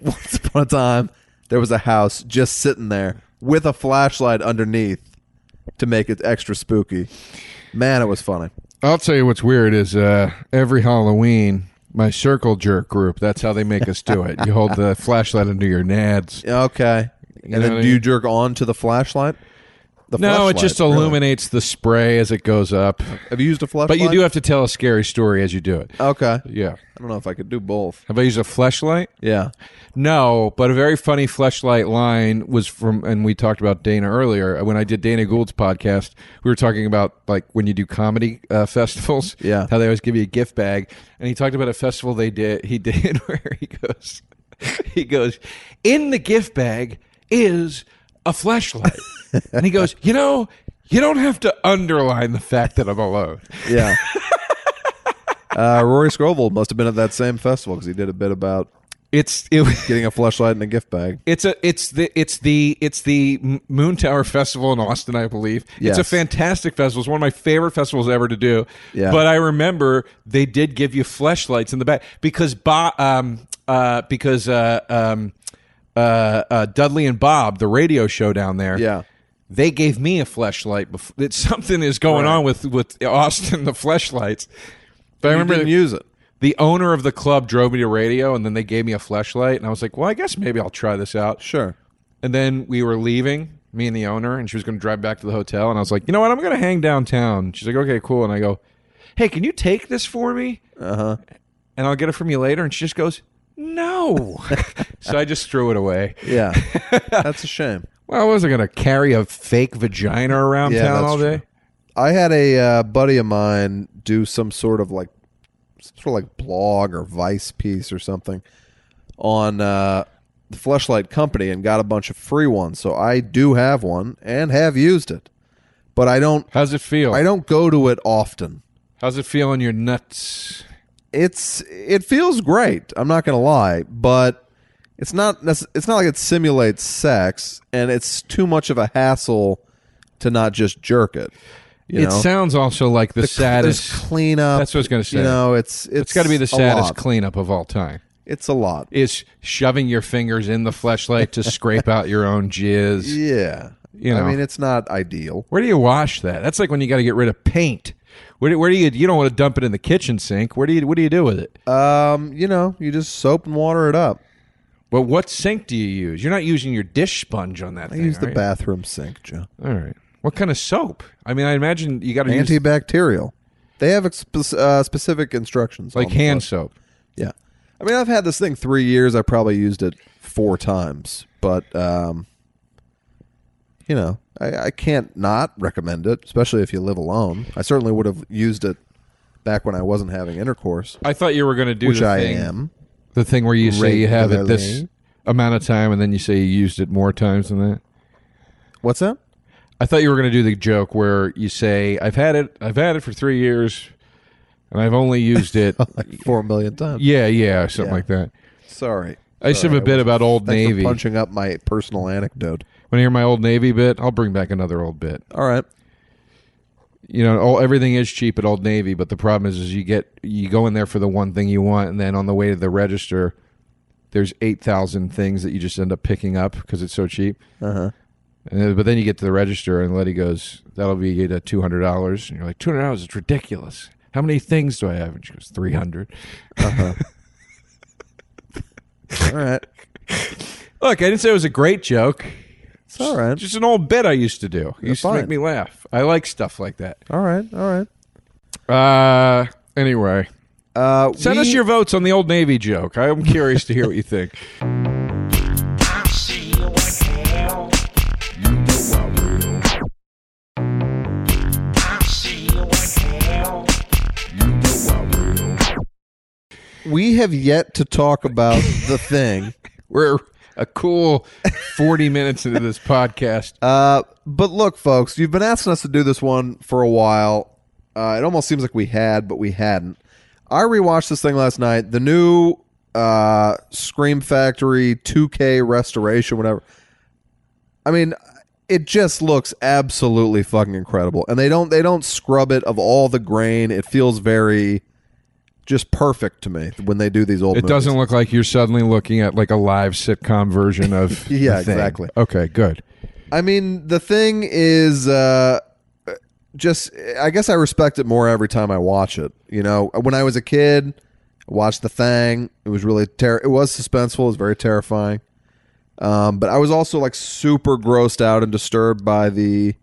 S2: Once upon a time, there was a house just sitting there with a flashlight underneath to make it extra spooky. Man, it was funny.
S1: I'll tell you what's weird is uh, every Halloween, my circle jerk group, that's how they make us do it. You hold the flashlight under your nads.
S2: Okay. And
S1: know
S2: then
S1: what I
S2: do you
S1: mean?
S2: jerk on to the flashlight? The
S1: No, it just
S2: flashlight, really.
S1: illuminates the spray as it goes up.
S2: Have you used a flashlight?
S1: But you do have to tell a scary story as you do it.
S2: Okay.
S1: Yeah.
S2: I don't know if I could do both.
S1: Have I used a flashlight?
S2: Yeah.
S1: No, but a very funny fleshlight line was from, and we talked about Dana earlier. When I did Dana Gould's podcast, we were talking about like when you do comedy uh, festivals,
S2: Yeah.
S1: how they always give you a gift bag. And he talked about a festival they did, he did where he goes, he goes, in the gift bag is a flashlight, and he goes, you know, you don't have to underline the fact that I'm alone.
S2: Yeah. uh, Rory Scovel must have been at that same festival because he did a bit about
S1: It's it.
S2: getting a flashlight in a gift bag.
S1: It's a it's the it's the it's the M- Moon Tower Festival in Austin, I believe.
S2: Yes.
S1: It's a fantastic festival. It's one of my favorite festivals ever to do.
S2: Yeah.
S1: But I remember they did give you fleshlights in the back because Bob um uh because uh um uh, uh Dudley and Bob the radio show down there
S2: Yeah.
S1: they gave me a fleshlight before that something is going on with with Austin the fleshlights. But I
S2: You
S1: remember
S2: didn't use it.
S1: the owner of the club drove me to radio and then they gave me a flashlight and i was like well i guess maybe i'll try this out
S2: Sure.
S1: and then we were leaving me and the owner and she was going to drive back to the hotel and i was like you know what i'm going to hang downtown she's like okay cool and i go hey can you take this for me uh-huh and i'll get it from you later and she just goes no so i just threw it away
S2: Yeah. That's a shame.
S1: well i wasn't going to carry a fake vagina around
S2: Yeah,
S1: town
S2: that's
S1: all day
S2: true. I had a uh, buddy of mine do some sort of like some sort of like blog or Vice piece or something on uh, the Fleshlight Company and got a bunch of free ones. So I do have one and have used it, but I don't
S1: how's it feel
S2: I don't go to it often.
S1: how's it feel in your nuts
S2: It's it feels great. I'm not gonna lie, but it's not nece- it's not like it simulates sex, and it's too much of a hassle to not just jerk it. You
S1: it
S2: know?
S1: sounds also like the, saddest
S2: There's cleanup.
S1: That's what I was gonna say.
S2: You know, it's it's,
S1: it's got to be the
S2: a
S1: saddest
S2: lot.
S1: cleanup of all time.
S2: It's a lot.
S1: Is shoving your fingers in the fleshlight to scrape out your own jizz.
S2: Yeah,
S1: You know.
S2: I mean, it's not ideal.
S1: Where do you wash that? That's like when you got to get rid of paint. Where do, where do you you don't want to dump it in the kitchen sink? Where do you what do you do with it?
S2: Um, you know, you just soap and water it up.
S1: But what sink do you use? You're not using your dish sponge on that
S2: I
S1: thing.
S2: use
S1: are
S2: the
S1: you?
S2: bathroom sink, Joe.
S1: All right. What kind of soap? I mean, I imagine you got to use
S2: Antibacterial. They have ex- spec- uh, specific instructions.
S1: like
S2: on the
S1: hand
S2: product.
S1: soap.
S2: Yeah, I mean, I've had this thing three years. I probably used it four times, but um, you know, I, I can't not recommend it, especially if you live alone. I certainly would have used it back when I wasn't having intercourse.
S1: I thought you were going to do
S2: which
S1: the
S2: I
S1: thing,
S2: am.
S1: the thing where you say you have it this
S2: Regularly.
S1: amount of time and then you say you used it more times than that.
S2: What's that?
S1: I thought you were going to do the joke where you say, "I've had it, I've had it for three years, and I've only used it."
S2: Like four million times.
S1: yeah, yeah, something like that.
S2: Sorry.
S1: I used to have a bit about Old
S2: Thanks
S1: Navy.
S2: for
S1: Want
S2: punching up my personal anecdote.
S1: to hear my Old Navy bit? I'll bring back another old bit.
S2: All right.
S1: You know, all, everything is cheap at Old Navy, but the problem is, is you get you go in there for the one thing you want, and then on the way to the register, there's eight thousand things that you just end up picking up because it's so cheap.
S2: Uh huh.
S1: And then, but then you get to the register, and Letty goes, "That'll be at two hundred dollars." And you're like, 200 dollars is ridiculous. How many things do I have?" And she goes, 300
S2: Uh-huh. All right.
S1: Look, I didn't say it was a great joke.
S2: It's all right.
S1: Just an old bit I used to do. It used to
S2: fine.
S1: make me laugh. I like stuff like that.
S2: All right. All right.
S1: Uh, anyway,
S2: Uh,
S1: send
S2: we-
S1: us your votes on the old Navy joke. I'm curious to hear what you think.
S2: We have yet to talk about the thing,
S1: We're a cool forty minutes into this podcast.
S2: uh, but look, folks, you've been asking us to do this one for a while. Uh, it almost seems like we had, but we hadn't. I rewatched this thing last night. The new uh, Scream Factory 2K restoration, whatever. I mean, it just looks absolutely fucking incredible, and they don't they don't scrub it of all the grain. It feels very just perfect to me when they do these old.
S1: It
S2: movies.
S1: doesn't look like you're suddenly looking at like a live sitcom version of
S2: Yeah,
S1: the thing.
S2: exactly.
S1: Okay, good.
S2: I mean, the thing is, uh, just I guess I respect it more every time I watch it. You know, when I was a kid, I watched The Thing. It was really ter- It was suspenseful. It was very terrifying. Um, but I was also like super grossed out and disturbed by the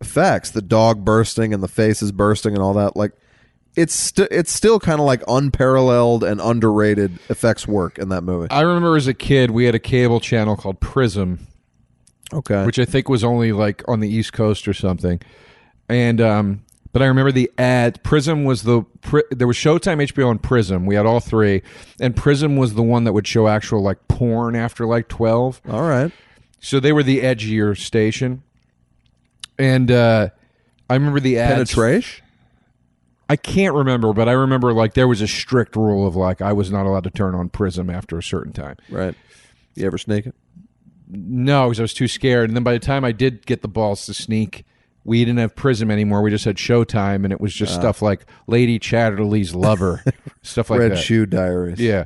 S2: effects, the dog bursting and the faces bursting and all that. Like, it's st- it's still kind of like unparalleled and underrated effects work in that movie.
S1: I remember as a kid we had a cable channel called Prism,
S2: Okay,
S1: which I think was only like on the East Coast or something. And um, but I remember the ad. Prism was the pri- there was Showtime, HBO, and Prism. We had all three, and Prism was the one that would show actual like porn after like twelve.
S2: all right.
S1: So they were the edgier station. And uh, I remember the ads.
S2: Penetration.
S1: I can't remember, but I remember like there was a strict rule of like I was not allowed to turn on Prism after a certain time.
S2: Right. You ever sneak it?
S1: No, because I was too scared. And then by the time I did get the balls to sneak, we didn't have Prism anymore. We just had Showtime, and it was just stuff like Lady Chatterley's Lover, stuff like
S2: Red
S1: that.
S2: Shoe Diaries.
S1: Yeah.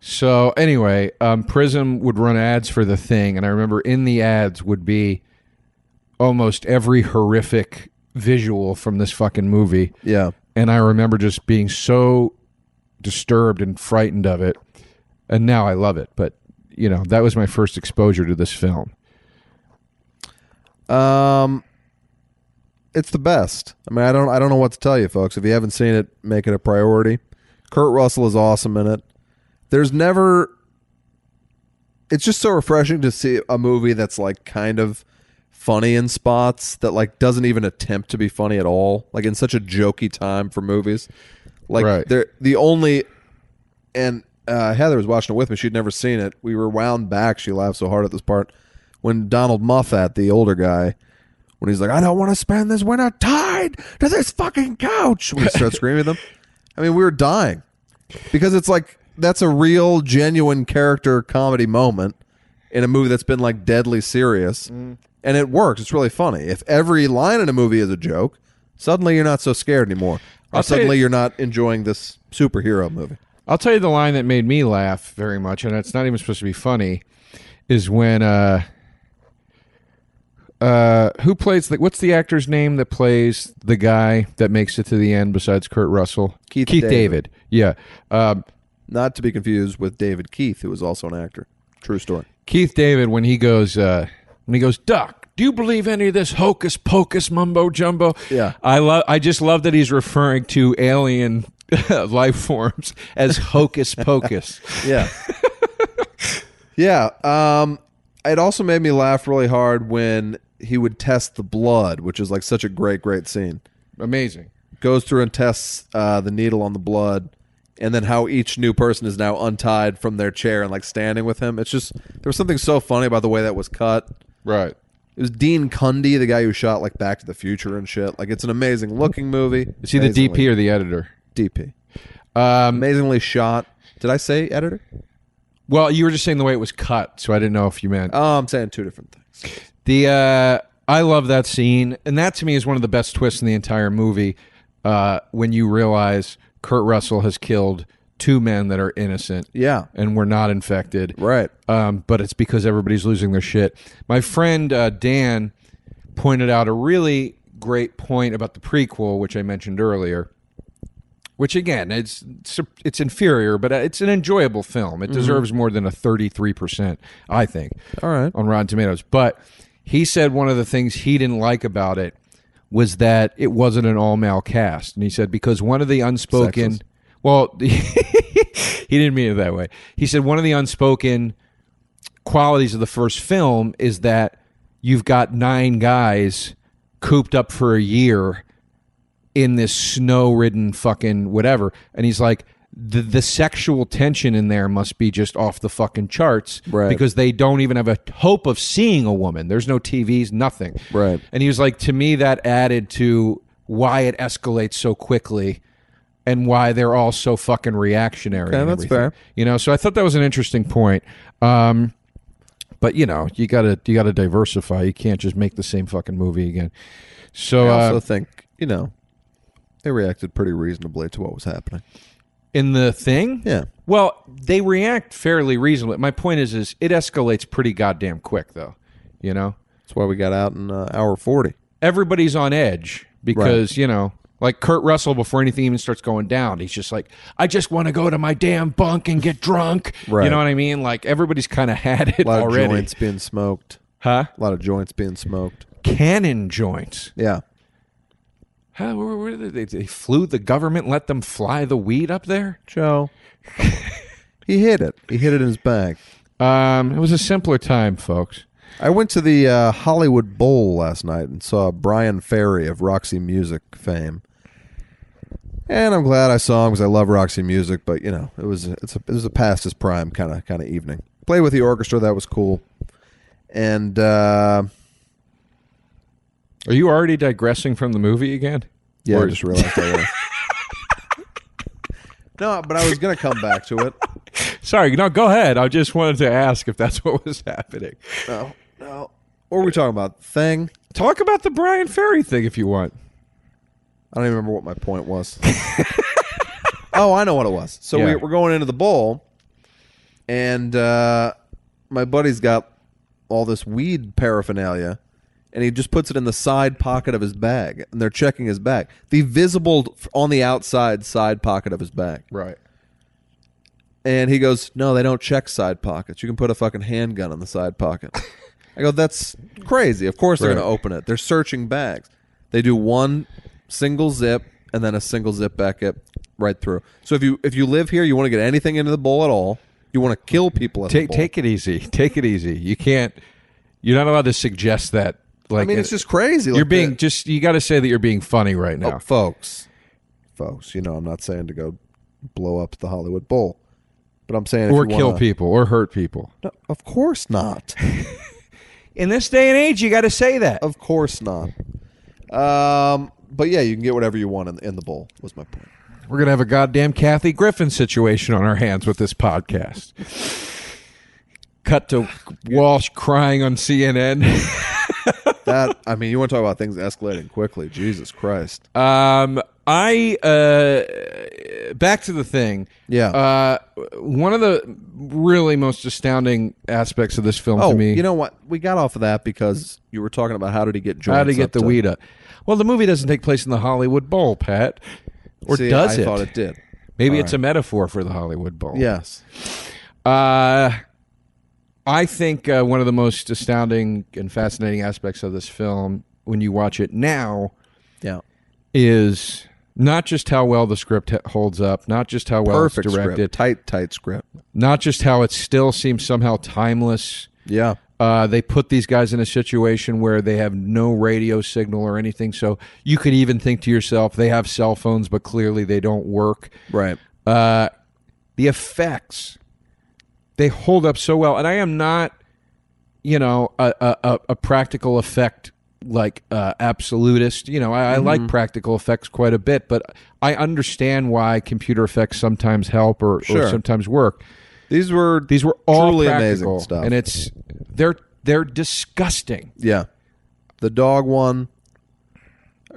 S1: So anyway, um, Prism would run ads for the thing, and I remember in the ads would be almost every horrific visual from this fucking movie,
S2: Yeah.
S1: and I remember just being so disturbed and frightened of it. And now I love it, but you know that was my first exposure to this film.
S2: Um it's the best. I mean, I don't I don't know what to tell you folks. If you haven't seen it, make it a priority. Kurt Russell is awesome in it. There's never it's just so refreshing to see a movie that's like kind of funny in spots that like doesn't even attempt to be funny at all. Like in such a jokey time for movies. Like
S1: Right.
S2: they're the only and uh, Heather was watching it with me. She'd never seen it. We were wound back. She laughed so hard at this part when Donald Moffat, the older guy, when he's like, "I don't want to spend this winter tied to this fucking couch," we start screaming at them. I mean, we were dying because it's like that's a real, genuine character comedy moment in a movie that's been like deadly serious,
S1: Mm.
S2: and it works. It's really funny. If every line in a movie is a joke, suddenly you're not so scared anymore. Or
S1: I'll tell you-
S2: suddenly you're not enjoying this superhero movie.
S1: I'll tell you the line that made me laugh very much, and it's not even supposed to be funny, is when uh, uh, who plays the what's the actor's name that plays the guy that makes it to the end besides Kurt Russell?
S2: Keith
S1: David.
S2: David.
S1: Yeah, um,
S2: Not to be confused with David Keith, who is also an actor. True story.
S1: Keith David when he goes uh, when he goes Doc. Do you believe any of this hocus pocus mumbo jumbo?
S2: Yeah.
S1: I love. I just love that he's referring to alien life forms as hocus pocus.
S2: Yeah. yeah. Um, it also made me laugh really hard when he would test the blood, which is like such a great, great scene.
S1: Amazing.
S2: Goes through and tests uh, the needle on the blood, and then how each new person is now untied from their chair and like standing with him. It's just, there was something so funny about the way that was cut.
S1: Right.
S2: It was Dean Cundy, the guy who shot like Back to the Future and shit. Like, it's an amazing looking movie.
S1: Is he the DP or the editor?
S2: DP.
S1: Um,
S2: Amazingly shot. Did I say editor?
S1: well, you were just saying the way it was cut, so I didn't know if you meant
S2: Oh, I'm saying two different things.
S1: the. Uh, I love that scene, and that to me is one of the best twists in the entire movie. Uh, when you realize Kurt Russell has killed two men that are innocent,
S2: Yeah.
S1: and were not infected,
S2: Right.
S1: um, but it's because everybody's losing their shit. My friend uh, Dan pointed out a really great point about the prequel, which I mentioned earlier. Which again, it's it's inferior, but it's an enjoyable film. It deserves more than a thirty three percent, I think,
S2: Mm-hmm. All right.
S1: on Rotten Tomatoes. But he said one of the things he didn't like about it was that it wasn't an all male cast, and he said because one of the unspoken,
S2: Sexist.
S1: well, he didn't mean it that way. He said one of the unspoken qualities of the first film is that you've got nine guys cooped up for a year in this snow-ridden fucking whatever and he's like the, the sexual tension in there must be just off the fucking charts
S2: Right.
S1: because they don't even have a hope of seeing a woman there's no tvs nothing
S2: Right.
S1: and he was like to me that added to why it escalates so quickly and why they're all so fucking reactionary.
S2: Okay,
S1: and
S2: that's
S1: everything.
S2: fair.
S1: You know, so I thought that was an interesting point. Um, but you know, you gotta you gotta diversify. You can't just make the same fucking movie again. So uh,
S2: I also think you know they reacted pretty reasonably to what was happening.
S1: in the thing,
S2: Yeah.
S1: Well, they react fairly reasonably. My point is, is it escalates pretty goddamn quick, though. You know,
S2: That's why we got out in uh, hour forty.
S1: everybody's on edge because you know like kurt russell before anything even starts going down he's just like i just want to go to my damn bunk and get drunk you
S2: Right.
S1: know what i mean like everybody's kind of had it
S2: A lot
S1: already
S2: of joints being smoked.
S1: huh
S2: A lot of joints being smoked.
S1: cannon joints
S2: Yeah.
S1: huh? where- where did they, they flew the government let them fly the weed up there
S2: Joe. he hit it. He hit it in his bag.
S1: um, it was a simpler time folks
S2: I went to the uh, Hollywood Bowl last night and saw Brian Ferry of Roxy Music fame. And I'm glad I saw him because I love Roxy Music, but you know, it was it's a, it was a past his prime kind of kind of evening. Played with the orchestra, that was cool. And uh,
S1: are you already digressing from the movie again
S2: yeah,
S1: Or-
S2: I just realized I was. No, but I was gonna come back to it.
S1: sorry no go ahead i just wanted to ask if that's what was happening
S2: No, no. What were we talking about? Thing.
S1: talk about the brian ferry thing if you want
S2: I don't even remember what my point was. oh, I know what it was. So
S1: Yeah.
S2: we, we're going into the bowl, and uh, my buddy's got all this weed paraphernalia, and he just puts it in the side pocket of his bag, and they're checking his bag. The visible f- on the outside side pocket of his bag.
S1: right
S2: And he goes, No, they don't check side pockets. You can put a fucking handgun in the side pocket. I go, That's crazy. Of course they're
S1: Right.
S2: going to open it. They're searching bags. They do one single zip and then a single zip back up right through. So if you if you live here, you want to get anything into the bowl at all, you want to kill people at the
S1: Take
S2: bowl.
S1: take it easy. Take it easy. You can't. You're not allowed to suggest that. Like
S2: I mean, it's just crazy.
S1: you're
S2: Like,
S1: being
S2: the-
S1: just. You got to say that you're being funny right now.
S2: Oh, folks. Folks, you know, I'm not saying to go blow up the Hollywood Bowl, but I'm saying if
S1: or
S2: you
S1: kill
S2: wanna-
S1: people or hurt people.
S2: No, of course not.
S1: In this day and age, you got to say that.
S2: Of course not. Um, but yeah, you can get whatever you want in, in the bowl. Was my point.
S1: We're gonna have a goddamn Kathy Griffin situation on our hands with this podcast. Cut to Walsh crying on CNN.
S2: That I mean, you want to talk about things escalating quickly? Jesus Christ!
S1: um, I uh, back to the thing.
S2: Yeah.
S1: Uh, one of the really most astounding aspects of this film
S2: oh,
S1: to me.
S2: you know what? We got off of that because you were talking about how did he get joints?
S1: How to
S2: up
S1: get the weed up. Well, the movie doesn't take place in the Hollywood Bowl, Pat. Or
S2: See,
S1: does
S2: I
S1: it?
S2: thought it did.
S1: Maybe
S2: All
S1: it's a metaphor for the Hollywood Bowl.
S2: Yes.
S1: Uh, I think uh, one of the most astounding and fascinating aspects of this film, when you watch it now,
S2: Yeah.
S1: is not just how well the script h- holds up, not just how well
S2: Perfect
S1: it's directed,
S2: script. Tight, tight script.
S1: not just how it still seems somehow timeless.
S2: Yeah.
S1: Uh, they put these guys in a situation where they have no radio signal or anything. So you could even think to yourself, they have cell phones, but clearly they don't work.
S2: Right.
S1: Uh, the effects, they hold up so well. And I am not, you know, a, a, a- a practical effect like uh, absolutist. You know, I, I
S2: Mm-hmm.
S1: like practical effects quite a bit, but I understand why computer effects sometimes help or, or
S2: Sure.
S1: sometimes work.
S2: These were
S1: These were all
S2: Truly amazing
S1: practical,
S2: stuff.
S1: and it's they're they're disgusting.
S2: yeah. The dog one.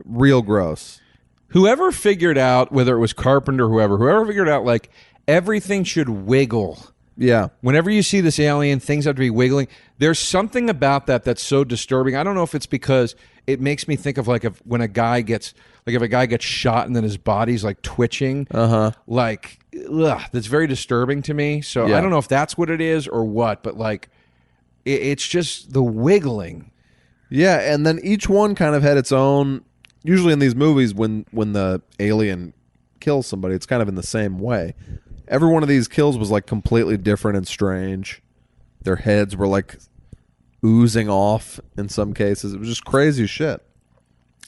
S2: Real gross.
S1: Whoever figured out whether it was Carpenter, whoever, whoever figured out like everything should wiggle.
S2: Yeah.
S1: Whenever you see this alien, things have to be wiggling. There's something about that that's so disturbing. I don't know if it's because it makes me think of like if when a guy gets like if a guy gets shot and then his body's like twitching. Uh
S2: Uh-huh.
S1: huh. Like ugh, that's very disturbing to me. So I
S2: Yeah.
S1: don't know if that's what it is or what, but like it, it's just the wiggling.
S2: Yeah, and then each one kind of had its own. Usually in these movies, when when the alien kills somebody, it's kind of in the same way. Every one of these kills was like completely different and strange. Their heads were like oozing off in some cases. It was just crazy shit.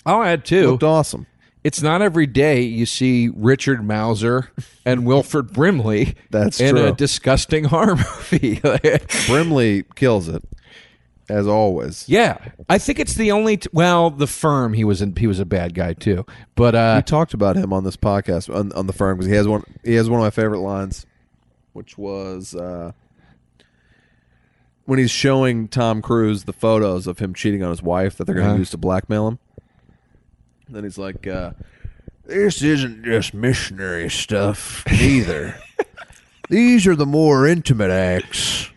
S1: I'll add
S2: It
S1: too.
S2: looked awesome.
S1: it's not every day you see Richard Mauser and Wilford Brimley
S2: That's
S1: in a
S2: true.
S1: disgusting horror movie.
S2: Brimley kills it as always.
S1: Yeah, I think it's the only. T- well, the firm he was in, he was a bad guy too. But uh,
S2: We talked about him on this podcast on, on the firm because he has one. He has one of my favorite lines, which was uh, when he's showing Tom Cruise the photos of him cheating on his wife that they're going to
S1: Uh-huh.
S2: use to blackmail him. And then he's like, uh, "This isn't just missionary stuff either. These are the more intimate acts,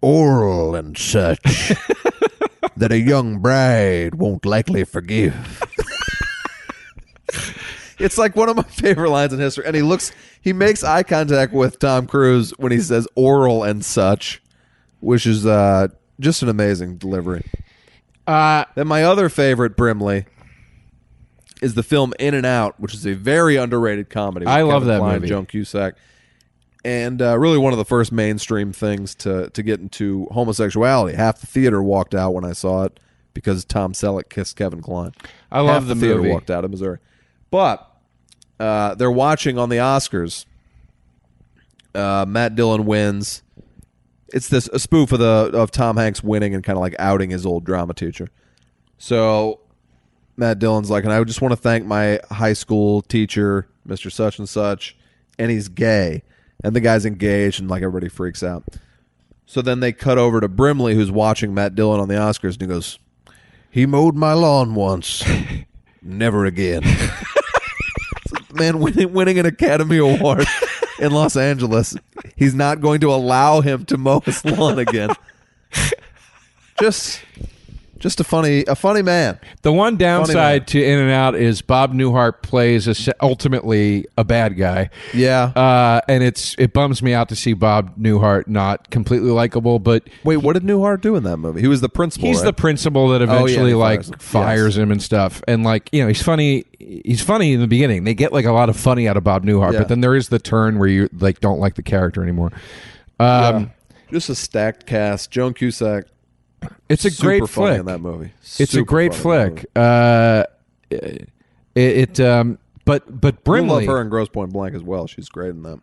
S2: oral and such." That a young bride won't likely forgive. It's like one of my favorite lines in history. And he looks, he makes eye contact with Tom Cruise when he says oral and such, which is uh, just an amazing delivery.
S1: uh,
S2: Then my other favorite, Brimley, is the film In and Out, which is a very underrated comedy. with
S1: I love
S2: Kevin
S1: that
S2: Kline and
S1: movie.
S2: Joan Cusack. And uh, really one of the first mainstream things to, to get into homosexuality. Half the theater walked out when I saw it because Tom Selleck kissed Kevin Kline.
S1: I love
S2: Half
S1: the
S2: theater
S1: movie.
S2: walked out of Missouri. But uh, they're watching on the Oscars. Uh, Matt Dillon wins. It's this a spoof of the of Tom Hanks winning and kind of like outing his old drama teacher. So Matt Dillon's like, and I just want to thank my high school teacher, Mr. Such and Such, and he's gay. And the guy's engaged, and like everybody freaks out. So then they cut over to Brimley, who's watching Matt Dillon on the Oscars, and he goes, He mowed my lawn once. Never again. Man, winning, winning an Academy Award in Los Angeles, he's not going to allow him to mow his lawn again. just. Just a funny, a funny man.
S1: the one
S2: man.
S1: downside to In and Out is Bob Newhart plays a, ultimately a bad guy.
S2: Yeah.
S1: Uh, and it's it bums me out to see Bob Newhart not completely likable, but
S2: Wait, what did Newhart do in that movie? He was the principal.
S1: he's the
S2: right?
S1: principal that
S2: Oh, yeah,
S1: eventually
S2: he
S1: like
S2: fires
S1: fires,
S2: him.
S1: him.
S2: Yes.
S1: and stuff and like you know he's funny he's funny in the beginning they get like a lot of funny out of bob newhart
S2: Yeah.
S1: but then there is the turn where you like don't like the character anymore um
S2: just a stacked cast. Joan Cusack.
S1: it's a
S2: super
S1: great
S2: funny
S1: flick
S2: in that movie.
S1: it's a
S2: Super
S1: great
S2: funny in that
S1: flick uh it, it um but but
S2: movie. I
S1: brimley
S2: love her in Gross Point Blank as well. She's great in that.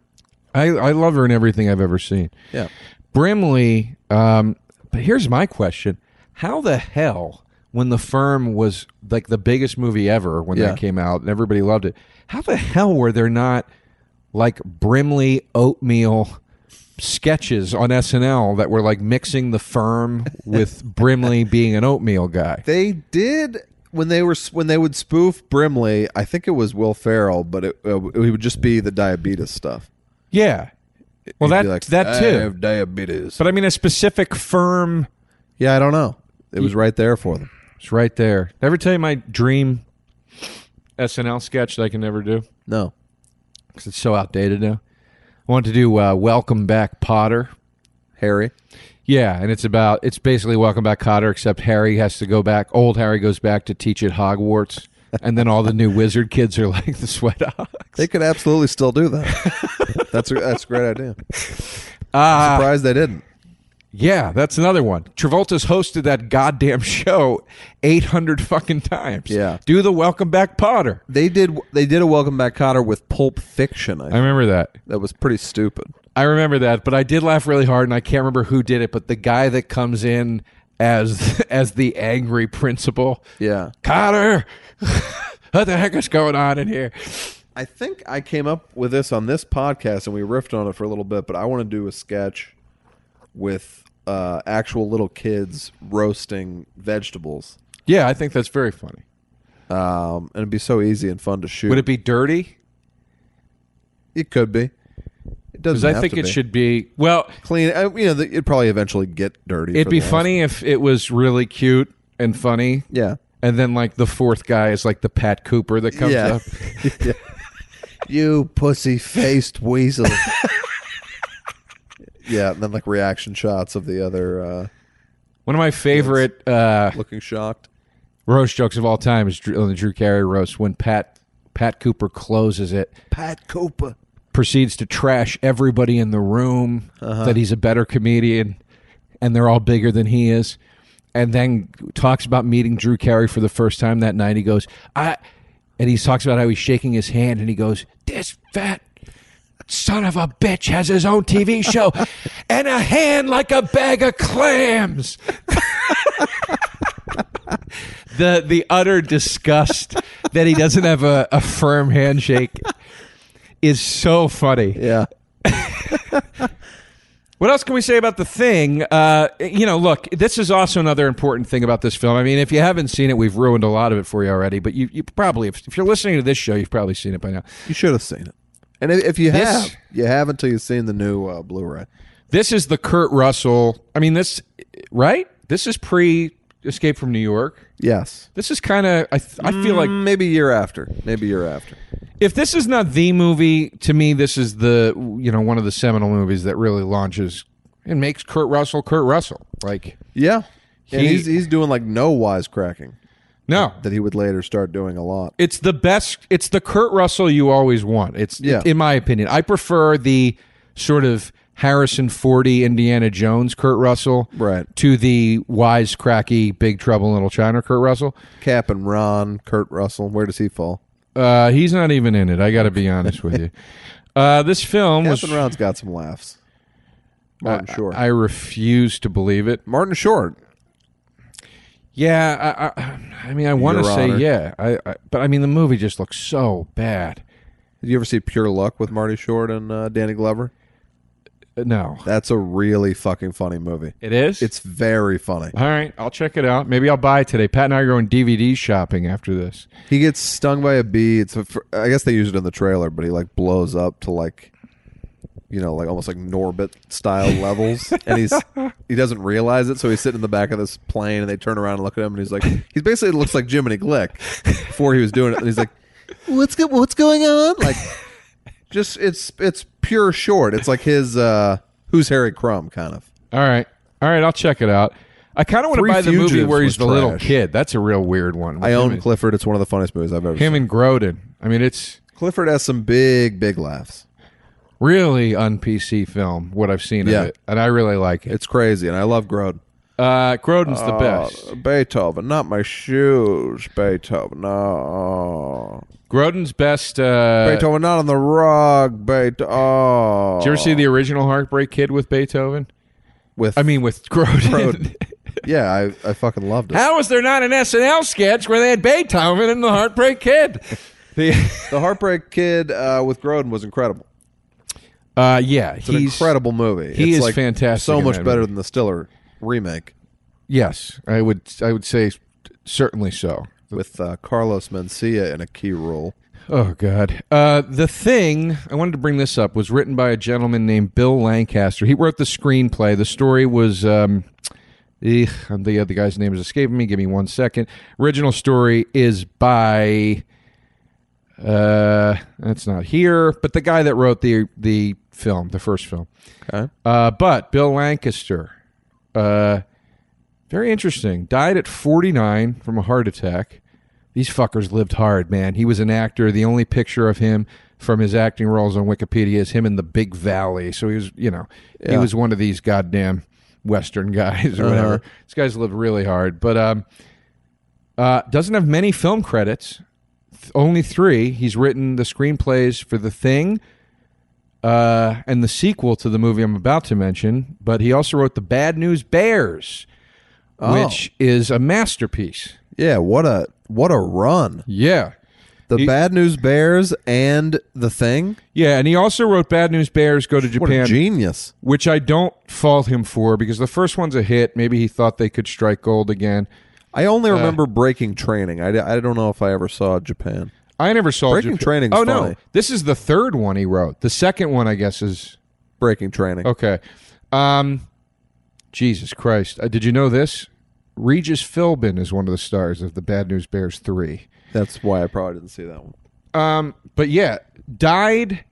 S1: I, I love her in everything i've ever seen
S2: Yeah.
S1: Brimley, um, but here's my question: How the hell, when the firm was like the biggest movie ever when
S2: Yeah.
S1: that came out and everybody loved it, how the hell were there not like Brimley oatmeal sketches on SNL that were like mixing the firm with Brimley being an oatmeal guy?
S2: They did when they were when they would spoof Brimley. I think it was Will Ferrell, but it, uh, it would just be the diabetes stuff.
S1: Yeah. Well,
S2: He'd
S1: that
S2: be like,
S1: that too.
S2: I have diabetes.
S1: but I mean, a specific firm.
S2: yeah, I don't know. It was right there for them.
S1: It's right there. Did I Ever tell you my dream SNL sketch that I can never do?
S2: No.
S1: because it's so outdated now. I want to do uh, "Welcome Back, Potter."
S2: Harry.
S1: Yeah, and it's about it's basically "Welcome Back, Potter," except Harry has to go back. Old Harry goes back to teach at Hogwarts, and then all the new wizard kids are like the sweat hogs.
S2: They could absolutely still do that. that's a, that's a great idea.
S1: Ah,
S2: Surprised they didn't.
S1: yeah, that's another one. Travolta's hosted that goddamn show eight hundred fucking times.
S2: Yeah.
S1: do the "Welcome Back, Potter."
S2: They did. They did a Welcome Back, Cotter with Pulp Fiction. I
S1: I remember that.
S2: That was pretty stupid.
S1: I remember that, but I did laugh really hard, and I can't remember who did it. But the guy that comes in as as the angry principal,
S2: Yeah.
S1: Cotter, what the heck is going on in here?
S2: I think I came up with this on this podcast and we riffed on it for a little bit, but I want to do a sketch with uh, actual little kids roasting vegetables.
S1: Yeah, I think that's very funny.
S2: Um, and it'd be so easy and fun to shoot.
S1: Would it be dirty?
S2: It could be. It doesn't.
S1: Because I
S2: have
S1: think
S2: to
S1: it
S2: be.
S1: should be. Well,
S2: clean. uh, You know, the, it'd probably eventually get dirty. for
S1: it'd be
S2: the
S1: funny if it was really cute and funny.
S2: Yeah.
S1: And then like the fourth guy is like the Pat Cooper that comes
S2: Yeah.
S1: up.
S2: yeah. You pussy faced weasel. yeah, and then like reaction shots of the other uh,
S1: One of my favorite uh,
S2: looking shocked.
S1: roast jokes of all time is Drew, on the Drew Carey roast when Pat Pat Cooper closes it.
S2: Pat Cooper.
S1: proceeds to trash everybody in the room that he's a better comedian and they're all bigger than he is and then talks about meeting Drew Carey for the first time that night he goes I and he talks about how he's shaking his hand and he goes this fat son of a bitch has his own TV show and a hand like a bag of clams. the the utter disgust that he doesn't have a, a firm handshake is so funny.
S2: Yeah.
S1: What else can we say about the thing? Uh, you know, look, this is also another important thing about this film. I mean, if you haven't seen it, we've ruined a lot of it for you already. But you, you probably, if, if you're listening to this show, you've probably seen it by now.
S2: You should have seen it. And if, if you
S1: This-
S2: have, you have until you've seen the new uh, Blu-ray.
S1: This is the Kurt Russell. I mean, this right? This is pre Escape from New York.
S2: Yes.
S1: This is kind of. I, th- I feel like
S2: maybe a year after. Maybe a year after.
S1: if this is not the movie to me this is the you know one of the seminal movies that really launches and makes kurt russell kurt russell like
S2: Yeah. and
S1: He-
S2: he's he's doing like no wisecracking
S1: no
S2: that he would later start doing a lot.
S1: it's the best it's the kurt russell you always want it's
S2: Yeah.
S1: in my opinion i prefer the sort of harrison 40 indiana jones kurt russell
S2: Right.
S1: to the wise cracky big trouble in little china kurt russell
S2: Cap and Ron, Kurt Russell. Where does he fall?
S1: uh, he's not even in it i gotta be honest with you uh, this film
S2: Cap
S1: was uh,
S2: and Ron's got some laughs. Martin Short.
S1: i refuse to believe it
S2: Martin Short.
S1: Yeah, I, I, I mean, I want to
S2: Your
S1: say
S2: Honor.
S1: yeah, I, I, but I mean, the movie just looks so bad.
S2: Did you ever see Pure Luck with Marty Short and uh, Danny Glover?
S1: Uh, No,
S2: That's a really fucking funny movie.
S1: it is.
S2: It's very funny.
S1: all right. I'll check it out. Maybe I'll buy it today. Pat and I are going DVD shopping after this.
S2: He gets stung by a bee. It's a, fr- I guess they use it in the trailer, but he like blows up to like, you know, like almost like Norbit style levels, and he's he doesn't realize it, so he's sitting in the back of this plane, and they turn around and look at him, and he's like, he's basically looks like Jiminy Glick before he was doing it, and he's like, what's go- what's going on? Like, just it's it's pure short. It's like his uh, who's Harry Crumb kind of.
S1: All right, all right. I'll check it out. I kind of want to
S2: Three
S1: buy the movie
S2: Fugitives
S1: where
S2: was
S1: he's the little
S2: trash.
S1: kid. That's a real weird one. with
S2: I
S1: him
S2: own
S1: and-
S2: Clifford. It's one of the funniest movies I've ever
S1: him
S2: seen.
S1: and Grodin. I mean, it's
S2: Clifford has some big big laughs.
S1: really un PC film. What I've seen
S2: Yeah.
S1: of it, and I really like it.
S2: It's crazy, and I love Grode.
S1: Uh, Grodin's the best.
S2: Uh, Beethoven, not my shoes. Beethoven, no.
S1: Grodin's best. Uh,
S2: Beethoven, not on the rug. Beethoven. Oh.
S1: Did you ever see the original Heartbreak Kid with Beethoven?
S2: With
S1: I mean, with Grodin.
S2: yeah, I, I fucking loved it.
S1: How was there not an SNL sketch where they had Beethoven and the Heartbreak Kid? The,
S2: the Heartbreak Kid uh, with Groden was incredible.
S1: uh, yeah,
S2: It's an
S1: he's
S2: incredible movie.
S1: he
S2: It's,
S1: is
S2: like,
S1: fantastic
S2: So
S1: in
S2: much
S1: that
S2: better
S1: movie.
S2: than the Stiller remake
S1: Yes, I would. I would say certainly so.
S2: with uh, Carlos Mencia in a key role.
S1: Oh God, uh, the thing I wanted to bring this up was written by a gentleman named Bill Lancaster. He wrote the screenplay. The story was. Um, eh, the other guy's name is escaping me. Give me one second. Original story is by uh that's not here, but the guy that wrote the the film, the first film.
S2: Okay.
S1: Uh, but Bill Lancaster, uh, very interesting. Died at 49 from a heart attack. These fuckers lived hard, man. He was an actor. The only picture of him from his acting roles on Wikipedia is him in the Big Valley. So he was, you know, he
S2: Yeah.
S1: was one of these goddamn Western guys or whatever.
S2: Uh-huh.
S1: These guys lived really hard, but um, uh, doesn't have many film credits. Th- only three. He's written the screenplays for The Thing, uh, and the sequel to the movie I'm about to mention, but he also wrote The Bad News Bears,
S2: Oh.
S1: which is a masterpiece.
S2: Yeah, what a what a run.
S1: Yeah.
S2: The
S1: He-
S2: Bad News Bears and The Thing.
S1: Yeah, and he also wrote Bad News Bears Go to
S2: What a
S1: Japan,
S2: genius.
S1: which I don't fault him for because the first one's a hit. Maybe he thought they could strike gold again.
S2: I only remember Breaking Training. I, I don't know if I ever saw Japan.
S1: I never saw
S2: Breaking
S1: Japan-
S2: Training's
S1: Oh no,
S2: funny.
S1: this is the third one he wrote. The second one, I guess, is
S2: Breaking Training.
S1: Okay. Um, Jesus Christ. Uh, did you know this? Regis Philbin is one of the stars of the Bad News Bears 3.
S2: That's why I probably didn't see that one.
S1: Um, but yeah, died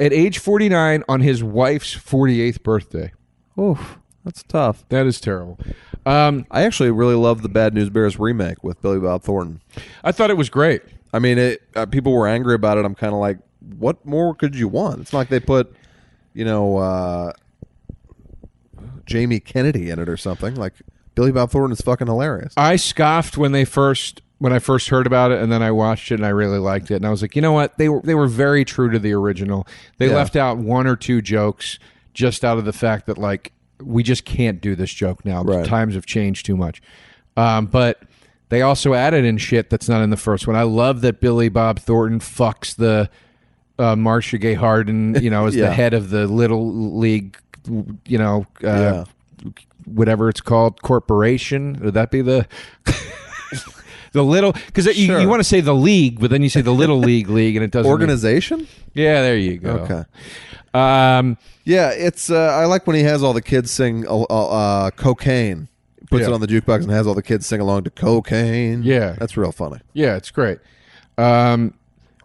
S1: at age 49 on his wife's 48th birthday.
S2: Oof, that's tough.
S1: That is terrible. Um,
S2: I actually really love the Bad News Bears remake with Billy Bob Thornton.
S1: I thought it was great.
S2: I mean, it, uh, people were angry about it. I'm kind of like, what more could you want? It's not like they put, you know, uh, Jamie Kennedy in it or something. Like Billy Bob Thornton is fucking hilarious.
S1: I scoffed when they first when I first heard about it, and then I watched it and I really liked it, and I was like, you know what? They were they were very true to the original. They
S2: Yeah.
S1: left out one or two jokes just out of the fact that like we just can't do this joke now.
S2: Right.
S1: Times have changed too much. Um, but they also added in shit that's not in the first one. I love that Billy Bob Thornton fucks the uh, Marcia Gay Harden, you know, as
S2: Yeah.
S1: the head of the little league, you know, uh, whatever it's called corporation would that be the the little because you,
S2: Sure.
S1: you want to say the league but then you say the little league league and it doesn't
S2: Organization?
S1: yeah there you go
S2: Okay.
S1: um
S2: Yeah, it's. Uh, I like when he has all the kids sing uh, uh, "Cocaine." Puts
S1: Yeah.
S2: it on the jukebox and has all the kids sing along to "Cocaine."
S1: Yeah.
S2: that's real funny.
S1: yeah it's great um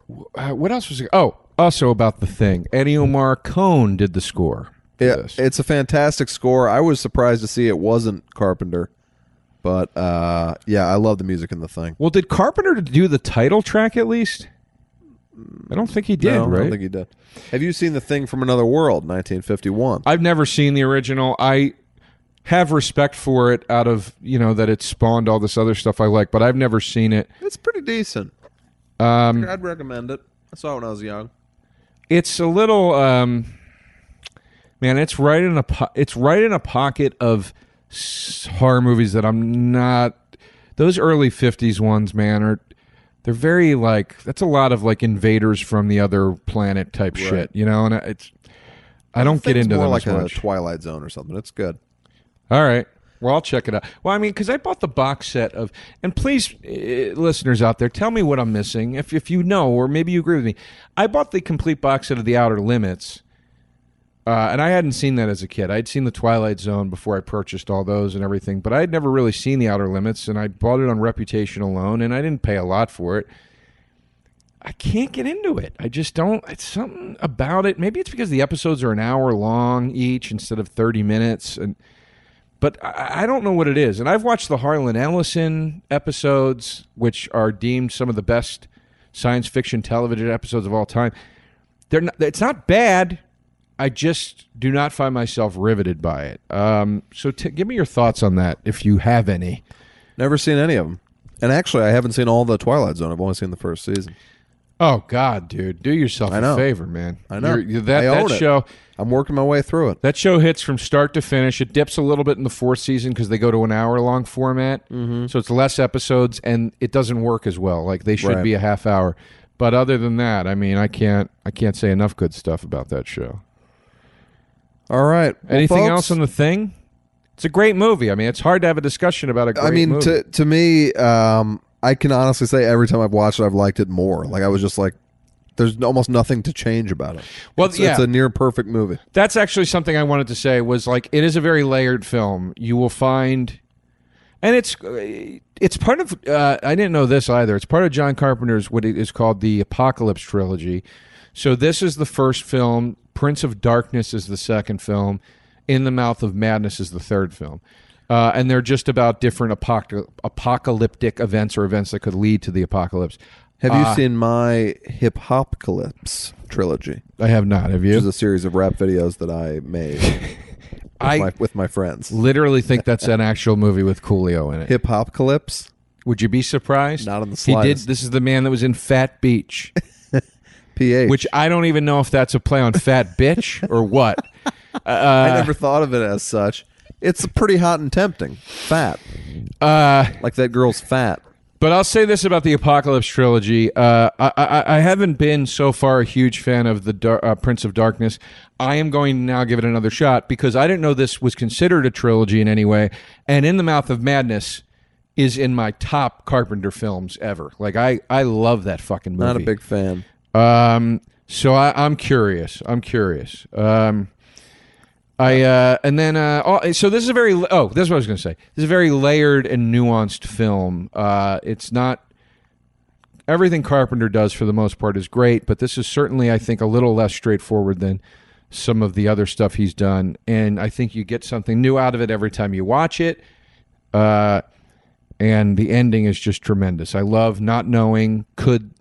S1: w- uh, what else was it? oh also about the thing eddie omar Cohn did the score for
S2: Yeah,
S1: this.
S2: it's a fantastic score. I was surprised to see it wasn't Carpenter, but uh, yeah, I love the music in the thing.
S1: well did carpenter do the title track at least i don't think he did
S2: No, I
S1: right
S2: don't think he did. Have you seen the thing from another world, 1951?
S1: I've never seen the original. I have respect for it out of, you know, that it spawned all this other stuff I like, but I've never seen it.
S2: It's pretty decent.
S1: Um,
S2: I'd recommend it. I saw it when I was young.
S1: it's a little um man, it's right in a po- it's right in a pocket of s- horror movies that I'm not those early 50s ones, man, are they're very like that's a lot of like invaders from the other planet type shit, you know, and I- it's I don't get
S2: It's
S1: into
S2: more
S1: them
S2: like
S1: as
S2: a
S1: much.
S2: Twilight Zone or something. It's good.
S1: All right. Well, I'll check it out. Well, I mean, because I bought the box set of, and please, uh, listeners out there, tell me what I'm missing if, if you know, or maybe you agree with me. I bought the complete box set of The Outer Limits, uh, and I hadn't seen that as a kid. I'd seen The Twilight Zone before I purchased all those and everything, but I had never really seen The Outer Limits, and I bought it on reputation alone, and I didn't pay a lot for it. I can't get into it. I just don't. It's something about it. Maybe it's because the episodes are an hour long each instead of 30 minutes, and but I, I don't know what it is. And I've watched the Harlan Ellison episodes, which are deemed some of the best science fiction television episodes of all time. They're not, it's not bad. I just do not find myself riveted by it. Um, so t- give me your thoughts on that, if you have any.
S2: Never seen any of them. And actually, I haven't seen all the Twilight Zone. I've only seen the first season.
S1: Oh God, dude, do yourself
S2: know.
S1: a favor, man.
S2: I know.
S1: You're- you're- that
S2: I
S1: that
S2: own it.
S1: show.
S2: I'm working my way through it.
S1: That show hits from start to finish. It dips a little bit in the fourth season because they go to an hour long format. Mm-hmm. So it's less episodes and it doesn't work as well. Like they should
S2: Right.
S1: be a half hour. But other than that, I mean, I can't I can't say enough good stuff about that show.
S2: All right. Well,
S1: Anything
S2: folks,
S1: else on the thing? It's a great movie. I mean, it's hard to have a discussion about a great
S2: I mean,
S1: movie.
S2: to to me, um, I can honestly say every time I've watched it, I've liked it more. Like I was just like, there's almost nothing to change about it.
S1: Well,
S2: it's,
S1: yeah.
S2: it's a near perfect movie.
S1: that's actually something I wanted to say was like it is a very layered film. You will find, and it's it's part of. Uh, I didn't know this either. It's part of John Carpenter's what is called the Apocalypse trilogy. So this is the first film. Prince of Darkness is the second film. In the Mouth of Madness is the third film. Uh, and they're just about different apoc- apocalyptic events or events that could lead to the apocalypse.
S2: Have
S1: Uh,
S2: you seen my Hip Hopcalypse trilogy?
S1: I have not. Have
S2: Which is
S1: you?
S2: a series of rap videos that I made with, my,
S1: I
S2: with my friends.
S1: literally think that's an actual movie with Coolio in it.
S2: Hip Hopcalypse.
S1: Would you be surprised?
S2: Not on the
S1: He did.
S2: slightest.
S1: This is the man that was in Fat Beach,
S2: PH.
S1: which I don't even know if that's a play on Fat Bitch or what. Uh,
S2: I never thought of it as such. It's pretty hot and tempting. Fat.
S1: Uh,
S2: Like that girl's fat.
S1: but I'll say this about the Apocalypse trilogy: uh, I, I, I haven't been so far a huge fan of the Dar- uh, Prince of Darkness. I am going to now give it another shot because I didn't know this was considered a trilogy in any way. And In the Mouth of Madness is in my top Carpenter films ever. Like I, I love that fucking movie.
S2: Not a big fan.
S1: Um, so I, I'm curious. I'm curious. Um, I uh, and then uh, all, so this is a very oh this is what I was going to say. This is a very layered and nuanced film. Uh, it's not everything Carpenter does for the most part is great, but this is certainly I think a little less straightforward than some of the other stuff he's done, and I think you get something new out of it every time you watch it. Uh, and the ending is just tremendous. I love not knowing could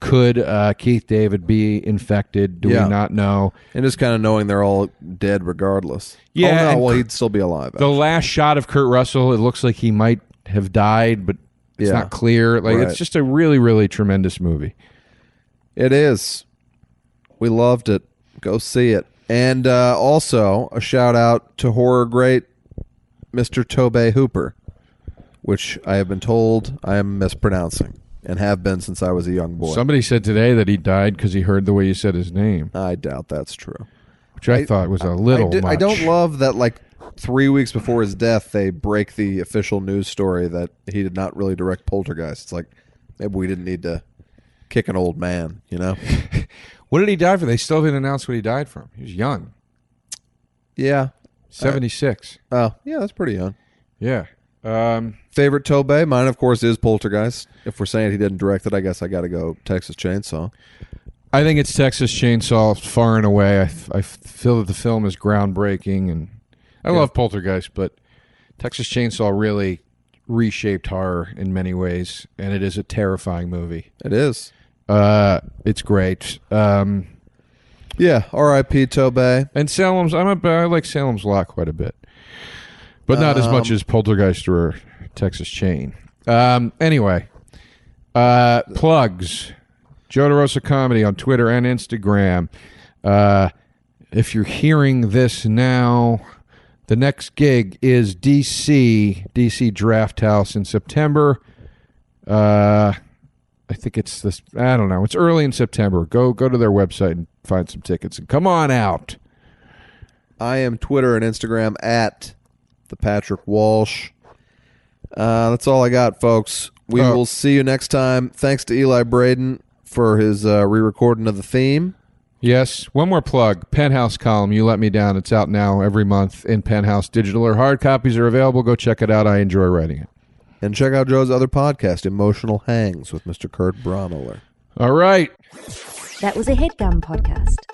S1: could uh, Keith David be infected? Do
S2: Yeah.
S1: we not know?
S2: And just kind of knowing they're all dead regardless.
S1: Yeah,
S2: Oh, no,
S1: and
S2: well,
S1: Cr-
S2: he'd still be alive.
S1: The last shot of Kurt Russell, it looks like he might have died, but It's
S2: Yeah.
S1: not clear. Like
S2: Right.
S1: it's just a really, really tremendous movie.
S2: It is. We loved it. Go see it. And uh, also a shout out to horror great Mr. Tobey Hooper, which I have been told I am mispronouncing and have been since I was a young boy.
S1: Somebody said today that he died because he heard the way you said his name,
S2: I doubt that's true.
S1: which I, thought was a little.
S2: I, do,
S1: much.
S2: not love that like three weeks before his death they break the official news story that he did not really direct poltergeist it's like maybe we didn't need to kick an old man you know
S1: What did he die for? They still haven't announced what he died from. He was young,
S2: yeah
S1: seventy six.
S2: oh yeah that's pretty young
S1: yeah. Um,
S2: favorite tobey mine of course is poltergeist if we're saying he didn't direct it i guess i gotta go texas chainsaw
S1: I think it's Texas Chainsaw far and away. I, f- I f- feel that the film is groundbreaking, and I love Poltergeist, but Texas Chainsaw really reshaped horror in many ways, and it is a terrifying movie.
S2: it is
S1: Uh, it's great. Um,
S2: yeah rip tobey
S1: and Salem's, I'm a, I like Salem's Lot quite a bit, but not as much as Poltergeist or Texas Chain. Um, anyway, uh, plugs. Joe DeRosa Comedy on Twitter and Instagram. Uh, if you're hearing this now, the next gig is DC, DC Draft House in September. Uh, I think it's this. I don't know. It's early in September. Go go to their website and find some tickets and come on out.
S2: I am Twitter and Instagram at the Patrick Walsh. Uh, that's all I got, folks. We
S1: Oh.
S2: will see you next time. Thanks to Eli Braden for his uh, re-recording of the theme.
S1: Yes. One more plug. Penthouse column. You let me down. It's out now every month in Penthouse. Digital or hard copies are available. Go check it out. I enjoy writing it.
S2: And check out Joe's other podcast, Emotional Hangs, with Mr. Kurt Brommeler.
S1: All right.
S4: That was a headgum podcast.